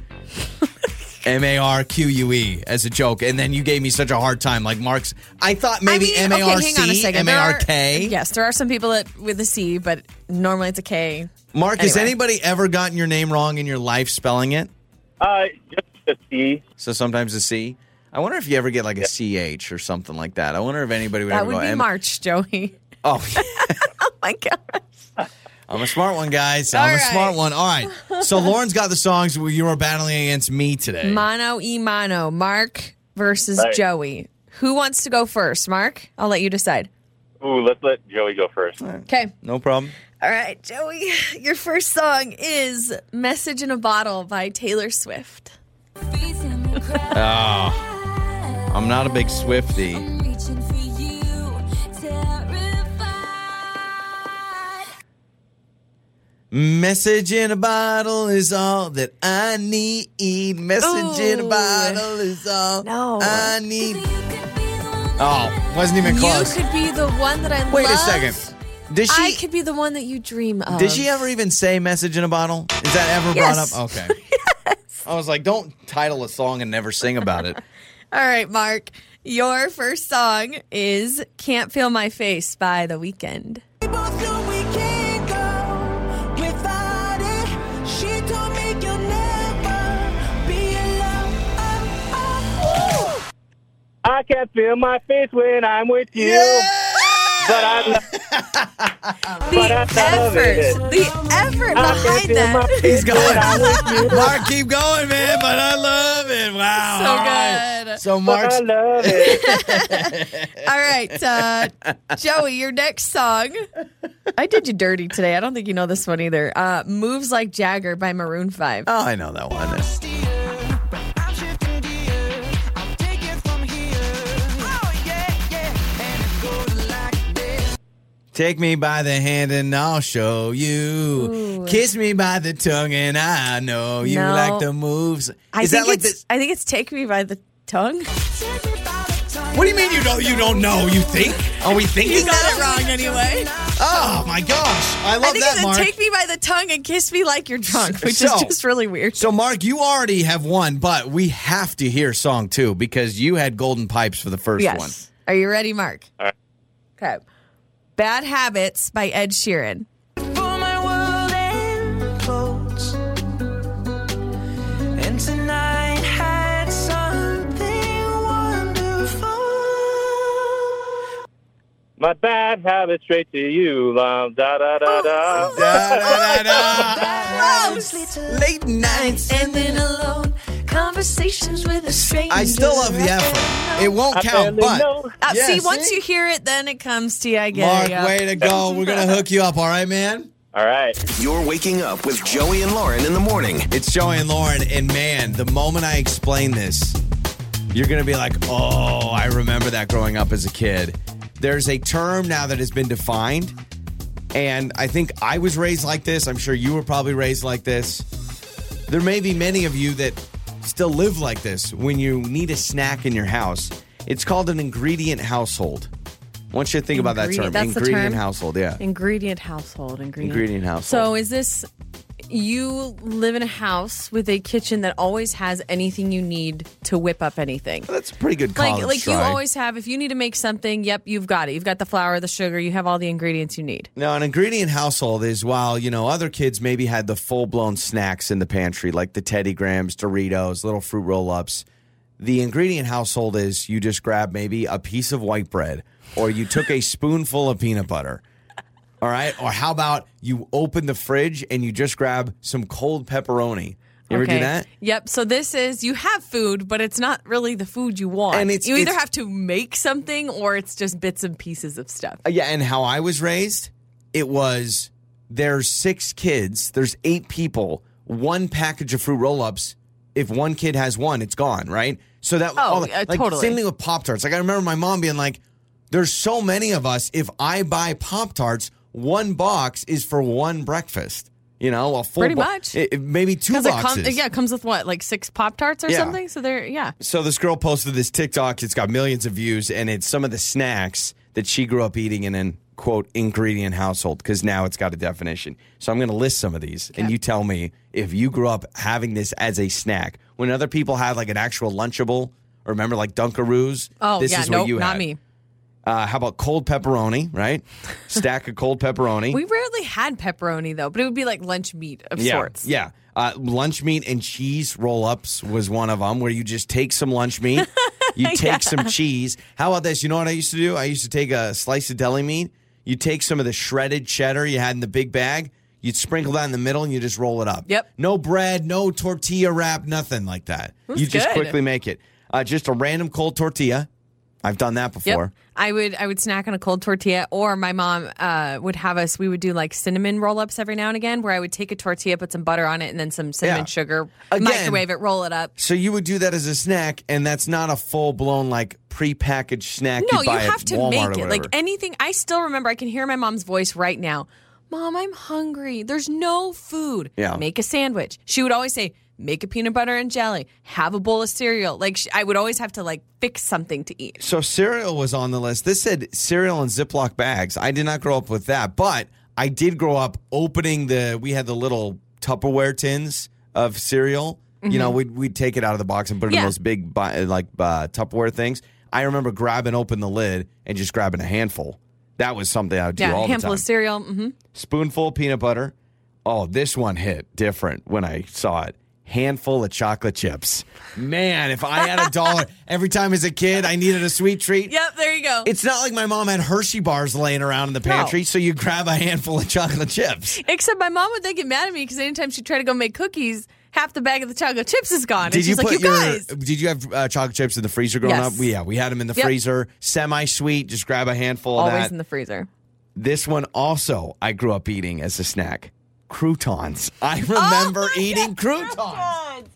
Speaker 2: M A R Q U E as a joke. And then you gave me such a hard time. Like, Mark's, I thought maybe
Speaker 3: I
Speaker 2: M
Speaker 3: mean,
Speaker 2: A R
Speaker 3: okay, hang on a
Speaker 2: C,
Speaker 3: second.
Speaker 2: M A
Speaker 3: There are-
Speaker 2: R K.
Speaker 3: Yes, there are some people that with a C, but normally it's a K.
Speaker 2: Mark, has
Speaker 3: Anyway.
Speaker 2: anybody ever gotten your name wrong in your life spelling it?
Speaker 9: Uh, just to see.
Speaker 2: So sometimes a C. I wonder if you ever get like a CH or something like that. I wonder if anybody would
Speaker 3: That
Speaker 2: ever
Speaker 3: would
Speaker 2: go.
Speaker 3: be
Speaker 2: "Am-
Speaker 3: March, Joey. [LAUGHS]
Speaker 2: Oh, [LAUGHS]
Speaker 3: Oh my god.
Speaker 2: I'm a smart one, guys. I'm
Speaker 3: All
Speaker 2: a
Speaker 3: right.
Speaker 2: smart one. All right.
Speaker 3: [LAUGHS]
Speaker 2: So Lauren's got the songs where you are battling against me today.
Speaker 3: Mono e mono. Mark versus
Speaker 9: Right.
Speaker 3: Joey. Who wants to go first? Mark, I'll let you decide.
Speaker 9: Ooh, let's let Joey go first.
Speaker 3: Okay.
Speaker 2: no problem.
Speaker 3: All right, Joey. [LAUGHS] Your first song is Message in a Bottle by Taylor Swift.
Speaker 2: Oh, I'm not a big Swifty. Message in a bottle is all that I need. Message in a
Speaker 3: Ooh.
Speaker 2: bottle is all
Speaker 3: No.
Speaker 2: I need. Oh, wasn't even close.
Speaker 3: You could be the one that I
Speaker 2: Wait a
Speaker 3: love.
Speaker 2: second. Does she?
Speaker 3: I could be the one that you dream of.
Speaker 2: Did she ever even say message in a bottle? Is that ever
Speaker 3: Yes.
Speaker 2: brought up?
Speaker 3: [LAUGHS]
Speaker 2: Okay. I was like, don't title a song and never sing about
Speaker 3: [LAUGHS]
Speaker 2: it.
Speaker 3: All right, Mark. Your first song is Can't Feel My Face by The Weeknd.
Speaker 9: I can't feel my face when I'm with you. But I love
Speaker 3: The
Speaker 9: I love it.
Speaker 3: effort, the effort behind
Speaker 9: feel my
Speaker 3: that.
Speaker 2: He's going.
Speaker 3: [LAUGHS]
Speaker 2: Mark, keep going, man, but I love it. Wow.
Speaker 3: So
Speaker 2: All right.
Speaker 3: good.
Speaker 2: So Mark's
Speaker 9: I love it.
Speaker 3: All right, uh, Joey, your next song. I did you dirty today. I don't think you know this one either. Uh, Moves Like Jagger by Maroon 5.
Speaker 2: Oh, I know that one. Take me by the hand and I'll show you.
Speaker 3: Ooh.
Speaker 2: Kiss me by the tongue and I know you
Speaker 3: No.
Speaker 2: like the moves. Is
Speaker 3: I
Speaker 2: that
Speaker 3: think
Speaker 2: like
Speaker 3: it's,
Speaker 2: this?
Speaker 3: I think it's Take Me by the Tongue.
Speaker 2: What do you mean you don't you don't know? You think? Are we thinking
Speaker 3: You got
Speaker 2: that?
Speaker 3: it
Speaker 2: [LAUGHS]
Speaker 3: wrong anyway.
Speaker 2: Oh my gosh. I
Speaker 3: I
Speaker 2: love
Speaker 3: think
Speaker 2: that
Speaker 3: it's a
Speaker 2: Mark.
Speaker 3: Take Me by the Tongue and Kiss Me Like You're
Speaker 2: [LAUGHS]
Speaker 3: Drunk, which
Speaker 2: So-
Speaker 3: is just really weird.
Speaker 2: so Mark, you already have one, but we have to hear song two because you had golden pipes for the first one.
Speaker 3: Yes. Are you ready, Mark?
Speaker 9: All right.
Speaker 3: Okay. Bad Habits by Ed Sheeran.
Speaker 9: My bad habit straight to you. La, da da da da.
Speaker 2: Da, [LAUGHS] da, da, da. Late nights.
Speaker 3: then alone, conversations with a stranger.
Speaker 2: I still love the effort. It won't
Speaker 9: I
Speaker 2: count,
Speaker 9: barely
Speaker 2: but
Speaker 9: know.
Speaker 3: Uh, see,
Speaker 2: Yes.
Speaker 3: once you hear it, then it comes to you. I get
Speaker 2: Mark,
Speaker 3: it. yeah.
Speaker 2: way to go. We're gonna hook you up, all right, man?
Speaker 9: All right.
Speaker 6: You're waking up with Joey and Lauren in the morning.
Speaker 2: It's Joey and Lauren, and man, the moment I explain this, you're gonna be like, oh, I remember that growing up as a kid. There's a term now that has been defined, and I think I was raised like this. I'm sure you were probably raised like this. There may be many of you that still live like this when you need a snack in your house. It's called an ingredient household. Once you to think about that term,
Speaker 3: Ingredient- that's the
Speaker 2: ingredient
Speaker 3: term?
Speaker 2: household, yeah.
Speaker 3: Ingredient household. Ingredient.
Speaker 2: Ingredient household.
Speaker 3: So is this you live in a house with a kitchen that always has anything you need to whip up anything.
Speaker 2: That's pretty good
Speaker 3: Like,
Speaker 2: college
Speaker 3: like you
Speaker 2: try.
Speaker 3: always have. If you need to make something, yep, you've got it. You've got the flour, the sugar. You have all the ingredients you need.
Speaker 2: Now, an ingredient household is while, you know, other kids maybe had the full blown snacks in the pantry, like the Teddy Grahams, Doritos, little fruit roll ups. The ingredient household is you just grab maybe a piece of white bread or you took a spoonful of peanut butter. All right. Or how about you open the fridge and you just grab some cold pepperoni? You ever do
Speaker 3: Okay.
Speaker 2: that?
Speaker 3: Yep. So this is you have food, but it's not really the food you want.
Speaker 2: And it's-
Speaker 3: you either
Speaker 2: it's-
Speaker 3: have to make something or it's just bits and pieces of stuff.
Speaker 2: Uh, Yeah, and how I was raised, it was there's six kids, there's eight people, one package of fruit roll ups. If one kid has one, it's gone, right? So that
Speaker 3: Oh,
Speaker 2: the-
Speaker 3: uh,
Speaker 2: like,
Speaker 3: totally.
Speaker 2: same thing with Pop Tarts. Like I remember my mom being like, "There's so many of us. If I buy Pop Tarts, one box is for one breakfast. You know, a full
Speaker 3: Pretty
Speaker 2: bo-
Speaker 3: much.
Speaker 2: it- it- maybe two
Speaker 3: Because it
Speaker 2: boxes.
Speaker 3: comes, yeah, it comes with what, like six Pop Tarts or
Speaker 2: Yeah.
Speaker 3: something? So they're, yeah.
Speaker 2: So this girl posted this TikTok. It's got millions of views, and it's some of the snacks that she grew up eating in an quote ingredient household because now it's got a definition. So I'm going to list some of these, and you tell me if you grew up having this as a snack when other people had like an actual lunchable. Or remember, like Dunkaroos.
Speaker 3: Oh,
Speaker 2: this
Speaker 3: yeah,
Speaker 2: is
Speaker 3: nope,
Speaker 2: what you
Speaker 3: not
Speaker 2: had.
Speaker 3: me.
Speaker 2: Uh, how about cold pepperoni?
Speaker 3: [LAUGHS]
Speaker 2: Right, stack of cold pepperoni.
Speaker 3: We rarely had pepperoni though, but it would be like lunch meat of
Speaker 2: yeah,
Speaker 3: sorts.
Speaker 2: Yeah. Uh, lunch meat and cheese roll ups was one of them where you just take some lunch
Speaker 3: [LAUGHS]
Speaker 2: meat, you take some cheese. How about this? You know what I used to do? I used to take a slice of deli meat, you take some of the shredded cheddar you had in the big bag, you'd sprinkle that in the middle and you just roll it up.
Speaker 3: Yep.
Speaker 2: No bread, no tortilla wrap, nothing like that.
Speaker 3: That's
Speaker 2: you just
Speaker 3: good.
Speaker 2: quickly make it. Uh, just a random cold tortilla. I've done that
Speaker 3: Yep.
Speaker 2: before.
Speaker 3: I would I would snack on a cold tortilla, or my mom uh, would have us. We would do like cinnamon roll ups every now and again, where I would take a tortilla, put some butter on it, and then some cinnamon
Speaker 2: Yeah.
Speaker 3: sugar,
Speaker 2: Again-
Speaker 3: microwave it, roll it up.
Speaker 2: So you would do that as a snack, and that's not a full blown like prepackaged snack.
Speaker 3: No,
Speaker 2: you,
Speaker 3: you
Speaker 2: buy at
Speaker 3: have to
Speaker 2: Walmart or
Speaker 3: make it.
Speaker 2: whatever.
Speaker 3: Like anything, I still remember. I can hear my mom's voice right now. Mom, I'm hungry. There's no food.
Speaker 2: Yeah.
Speaker 3: Make a sandwich. She would always say, "Make a peanut butter and jelly. Have a bowl of cereal." Like sh I would always have to like fix something to eat.
Speaker 2: So cereal was on the list. This said cereal in Ziploc bags. I did not grow up with that, but I did grow up opening the. We had the little Tupperware tins of cereal. You know, we'd we'd take it out of the box and put it in
Speaker 3: Mm-hmm. Yeah.
Speaker 2: those big bi- like uh, Tupperware things. I remember grabbing open the lid and just grabbing a handful. That was something I would do
Speaker 3: Yeah,
Speaker 2: all
Speaker 3: a
Speaker 2: the time.
Speaker 3: handful of cereal. hmm
Speaker 2: Spoonful peanut butter. Oh, this one hit different when I saw it. Handful of chocolate chips. Man, if I had a
Speaker 3: [LAUGHS]
Speaker 2: dollar every time as a kid, I needed a sweet treat.
Speaker 3: Yep, there you go.
Speaker 2: It's not like my mom had Hershey bars laying around in the pantry, so you grab a handful of chocolate chips.
Speaker 3: Except my mom would then get mad at me because anytime she tried to go make cookies, half the bag of the chocolate chips is gone. and
Speaker 2: Did you
Speaker 3: she's
Speaker 2: put
Speaker 3: like, "You
Speaker 2: your?
Speaker 3: guys."
Speaker 2: Did you have uh, chocolate chips in the freezer growing
Speaker 3: Yes.
Speaker 2: up? Yeah, we had them in the
Speaker 3: Yep.
Speaker 2: freezer, semi-sweet. Just grab a handful of
Speaker 3: Always
Speaker 2: that.
Speaker 3: in the freezer.
Speaker 2: this one also, I grew up eating as a snack. Croutons. I
Speaker 3: Oh
Speaker 2: remember
Speaker 3: [LAUGHS]
Speaker 2: eating croutons.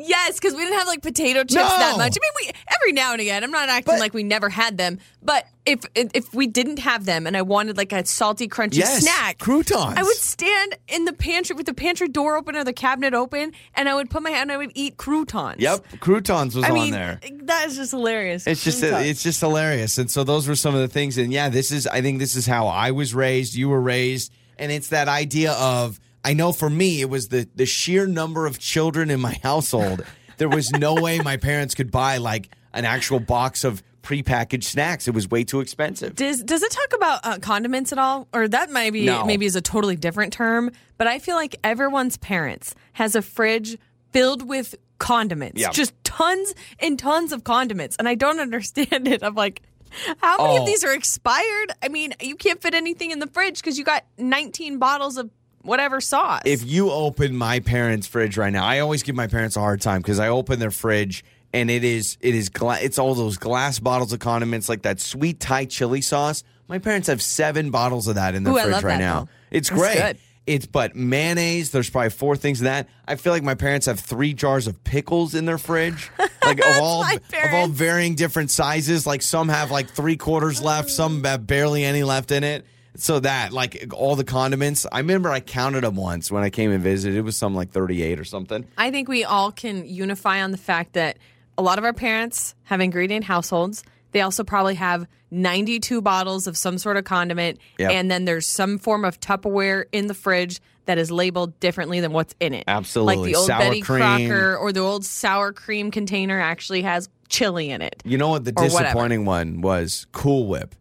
Speaker 3: Yes, because we didn't have like potato chips that much. I mean, we every now and again. I'm not acting
Speaker 2: But-
Speaker 3: like we never had them, but if if we didn't have them, and I wanted like a salty, crunchy
Speaker 2: Yes,
Speaker 3: snack,
Speaker 2: croutons.
Speaker 3: I would stand in the pantry with the pantry door open or the cabinet open, and I would put my hand and I would eat croutons.
Speaker 2: Yep, croutons was
Speaker 3: I
Speaker 2: on
Speaker 3: mean,
Speaker 2: there.
Speaker 3: that is just hilarious.
Speaker 2: It's just
Speaker 3: Croutons.
Speaker 2: it's just hilarious. And so those were some of the things. And yeah, this is I think this is how I was raised. You were raised, and it's that idea of I know for me it was the the sheer number of children in my household. There was no way my parents could buy like an actual box of prepackaged snacks. It was way too expensive.
Speaker 3: Does does it talk about uh, condiments at all, or that might be
Speaker 2: No.
Speaker 3: maybe is a totally different term? But I feel like everyone's parents has a fridge filled with condiments,
Speaker 2: Yeah.
Speaker 3: just tons and tons of condiments, and I don't [LAUGHS] understand it. I'm like, how many
Speaker 2: Oh.
Speaker 3: of these are expired? I mean, you can't fit anything in the fridge because you got 19 bottles of whatever sauce.
Speaker 2: if you open my parents' fridge right now, I always give my parents a hard time because I open their fridge and it is it is gla- it's all those glass bottles of condiments like that sweet Thai chili sauce. My parents have seven bottles of that in their
Speaker 3: Ooh, I
Speaker 2: fridge
Speaker 3: love
Speaker 2: right
Speaker 3: that,
Speaker 2: now.
Speaker 3: though.
Speaker 2: It's
Speaker 3: That's
Speaker 2: great.
Speaker 3: good.
Speaker 2: It's but mayonnaise. There's probably four things of that. I feel like my parents have three jars of pickles in their
Speaker 3: [LAUGHS]
Speaker 2: fridge, like of all
Speaker 3: my
Speaker 2: of all
Speaker 3: parents.
Speaker 2: varying different sizes. Like some have like three quarters left, some have barely any left in it. So that like all the condiments. I remember I counted them once when I came and visited. It was some like 38 or something.
Speaker 3: I think we all can unify on the fact that a lot of our parents have ingredient households. They also probably have 92 bottles of some sort of condiment.
Speaker 2: Yep.
Speaker 3: And then there's some form of Tupperware in the fridge that is labeled differently than what's in it. Like
Speaker 2: Absolutely.
Speaker 3: the old
Speaker 2: Sour
Speaker 3: Betty
Speaker 2: cream.
Speaker 3: Crocker or the old sour cream container actually has chili in it.
Speaker 2: You know what the
Speaker 3: Or whatever.
Speaker 2: disappointing one was? Cool Whip.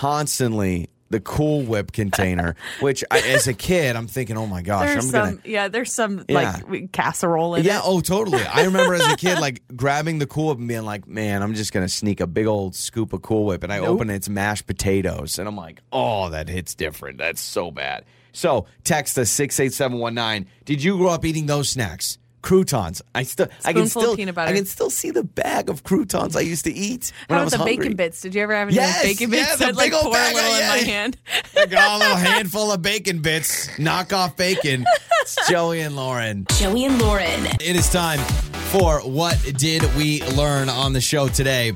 Speaker 2: Constantly the Cool Whip
Speaker 3: [LAUGHS]
Speaker 2: container, which I, as a kid I'm thinking, oh my gosh, I'm
Speaker 3: there's
Speaker 2: gonna.
Speaker 3: some, yeah, there's some
Speaker 2: Yeah.
Speaker 3: like casserole in
Speaker 2: Yeah,
Speaker 3: it.
Speaker 2: oh, totally. I remember as a
Speaker 3: [LAUGHS]
Speaker 2: kid, like grabbing the Cool Whip and being like, man, I'm just going to sneak a big old scoop of Cool Whip. And I
Speaker 3: Nope.
Speaker 2: open it, it's mashed potatoes. And I'm like, oh, that hits different. That's so bad. So text us 68719. Did you grow up eating those snacks? Croutons. I still, I can
Speaker 3: Spoonful of
Speaker 2: still,
Speaker 3: peanut butter.
Speaker 2: I can still see the bag of croutons I used to eat when
Speaker 3: How
Speaker 2: I
Speaker 3: about
Speaker 2: was
Speaker 3: the
Speaker 2: hungry.
Speaker 3: bacon bits? Did you ever have any
Speaker 2: Yes,
Speaker 3: bacon bits
Speaker 2: yeah,
Speaker 3: [LAUGHS]
Speaker 2: the
Speaker 3: that like
Speaker 2: big old
Speaker 3: pour a
Speaker 2: bag,
Speaker 3: little in
Speaker 2: yeah,
Speaker 3: my
Speaker 2: yeah.
Speaker 3: hand?
Speaker 2: [LAUGHS] I got a
Speaker 3: [LAUGHS]
Speaker 2: little handful of bacon bits, knockoff bacon.
Speaker 3: [LAUGHS]
Speaker 2: It's Joey and Lauren.
Speaker 1: Joey and Lauren.
Speaker 2: It is time for what did we learn on the show today?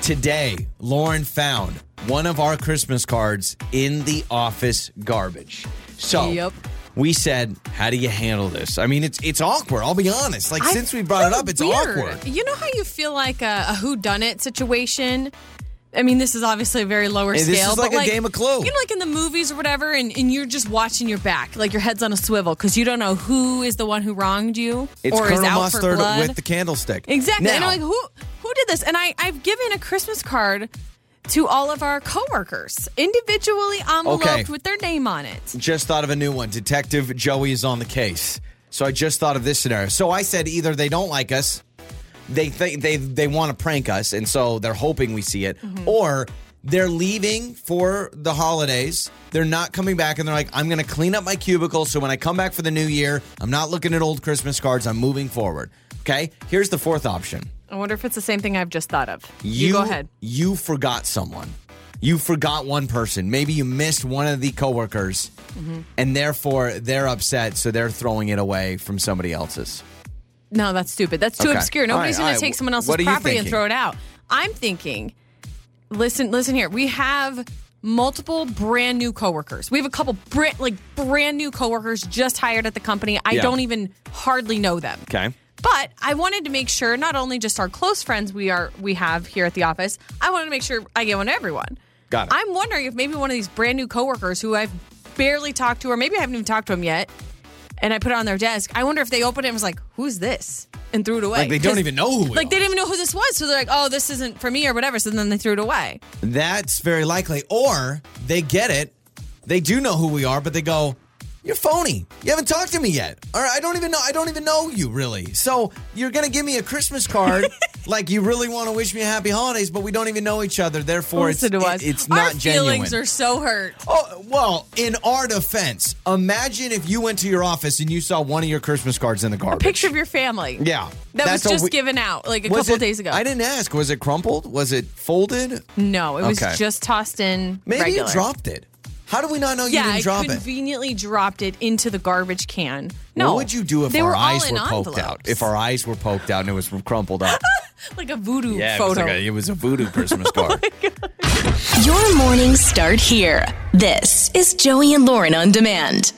Speaker 2: Today, Lauren found one of our Christmas cards in the office garbage. So
Speaker 3: Yep.
Speaker 2: we said, how do you handle this? I mean, it's it's awkward. I'll be honest. Like
Speaker 3: I
Speaker 2: since we brought it
Speaker 3: feel
Speaker 2: up, it's
Speaker 3: weird.
Speaker 2: awkward.
Speaker 3: You know how you feel like a, a whodunit situation? I mean, this is obviously a very lower
Speaker 2: Hey,
Speaker 3: scale.
Speaker 2: this is
Speaker 3: but
Speaker 2: like a game of Clue.
Speaker 3: You know, like in the movies or whatever, and, and you're just watching your back, like your head's on a swivel, because you don't know who is the one who wronged you
Speaker 2: It's
Speaker 3: or
Speaker 2: Colonel
Speaker 3: is out for
Speaker 2: Mustard
Speaker 3: blood.
Speaker 2: with the candlestick.
Speaker 3: Exactly. And
Speaker 2: Now-
Speaker 3: I'm like, who who did this? And I, I've given a Christmas card to all of our coworkers, individually enveloped
Speaker 2: Okay.
Speaker 3: with their name on it.
Speaker 2: Just thought of a new one. Detective Joey is on the case. So I just thought of this scenario. So I said either they don't like us, they think they they want to prank us, and so they're hoping we see it, or they're leaving for the holidays. They're not coming back, and they're like, "I'm going to clean up my cubicle, so when I come back for the new year, I'm not looking at old Christmas cards. I'm moving forward." Okay. Here's the fourth option.
Speaker 3: I wonder if it's the same thing I've just thought of. You, go ahead.
Speaker 2: You forgot someone. You forgot one person. Maybe you missed one of the coworkers,
Speaker 3: Mm-hmm.
Speaker 2: and therefore they're upset, so they're throwing it away from somebody else's.
Speaker 3: No, that's stupid. That's too
Speaker 2: Okay.
Speaker 3: obscure.
Speaker 2: All right,
Speaker 3: Nobody's
Speaker 2: all
Speaker 3: going
Speaker 2: right.
Speaker 3: to take someone
Speaker 2: What
Speaker 3: else's
Speaker 2: are you
Speaker 3: property and
Speaker 2: thinking?
Speaker 3: throw it out. I'm thinking, listen, listen here. We have multiple brand new coworkers. We have a couple brand, like brand new coworkers just hired at the company. I
Speaker 2: Yeah.
Speaker 3: don't even hardly know them.
Speaker 2: Okay.
Speaker 3: But I wanted to make sure not only just our close friends we are we have here at the office, I wanted to make sure I get one to everyone.
Speaker 2: Got it.
Speaker 3: I'm wondering if maybe one of these brand new coworkers who I've barely talked to, or maybe I haven't even talked to them yet, and I put it on their desk. I wonder if they opened it and was like, "Who's this?" and threw it away.
Speaker 2: Like, they don't
Speaker 3: 'Cause-
Speaker 2: even know who it
Speaker 3: Like they didn't even know who this was, so they're like, "Oh, this isn't for me" or whatever. So then they threw it away.
Speaker 2: That's very likely. Or they get it. They do know who we are, but they go, "You're phony. You haven't talked to me yet. Or I don't even know. I don't even know you really. So you're gonna give me a Christmas
Speaker 3: [LAUGHS]
Speaker 2: card." Like you really want to wish me a happy holidays, but we don't even know each other. Therefore, it's,
Speaker 3: Listen to us.
Speaker 2: it- it's
Speaker 3: Our
Speaker 2: not genuine.
Speaker 3: feelings are so hurt.
Speaker 2: Oh, well, in our defense, imagine if you went to your office and you saw one of your Christmas cards in the garbage.
Speaker 3: Picture of your family.
Speaker 2: Yeah.
Speaker 3: That
Speaker 2: That's
Speaker 3: was
Speaker 2: a
Speaker 3: just
Speaker 2: we-
Speaker 3: given out like a
Speaker 2: Was
Speaker 3: couple
Speaker 2: it-
Speaker 3: days ago.
Speaker 2: I didn't ask. Was it crumpled? Was it folded?
Speaker 3: No, it was
Speaker 2: Okay.
Speaker 3: just tossed in.
Speaker 2: Maybe
Speaker 3: regular.
Speaker 2: you dropped it. How do we not know you
Speaker 3: Yeah,
Speaker 2: didn't
Speaker 3: I
Speaker 2: drop it?
Speaker 3: conveniently dropped it into the garbage can. No,
Speaker 2: What would you do if
Speaker 3: they
Speaker 2: our
Speaker 3: were all
Speaker 2: eyes
Speaker 3: in
Speaker 2: were poked out?
Speaker 3: envelopes.
Speaker 2: If our eyes were poked out and it was crumpled
Speaker 3: [LAUGHS]
Speaker 2: up?
Speaker 3: like a voodoo
Speaker 2: yeah,
Speaker 3: photo.
Speaker 2: It, was like a, it was a voodoo
Speaker 3: [LAUGHS]
Speaker 2: Christmas card.
Speaker 1: Your mornings start here. This is Joey and Lauren on demand.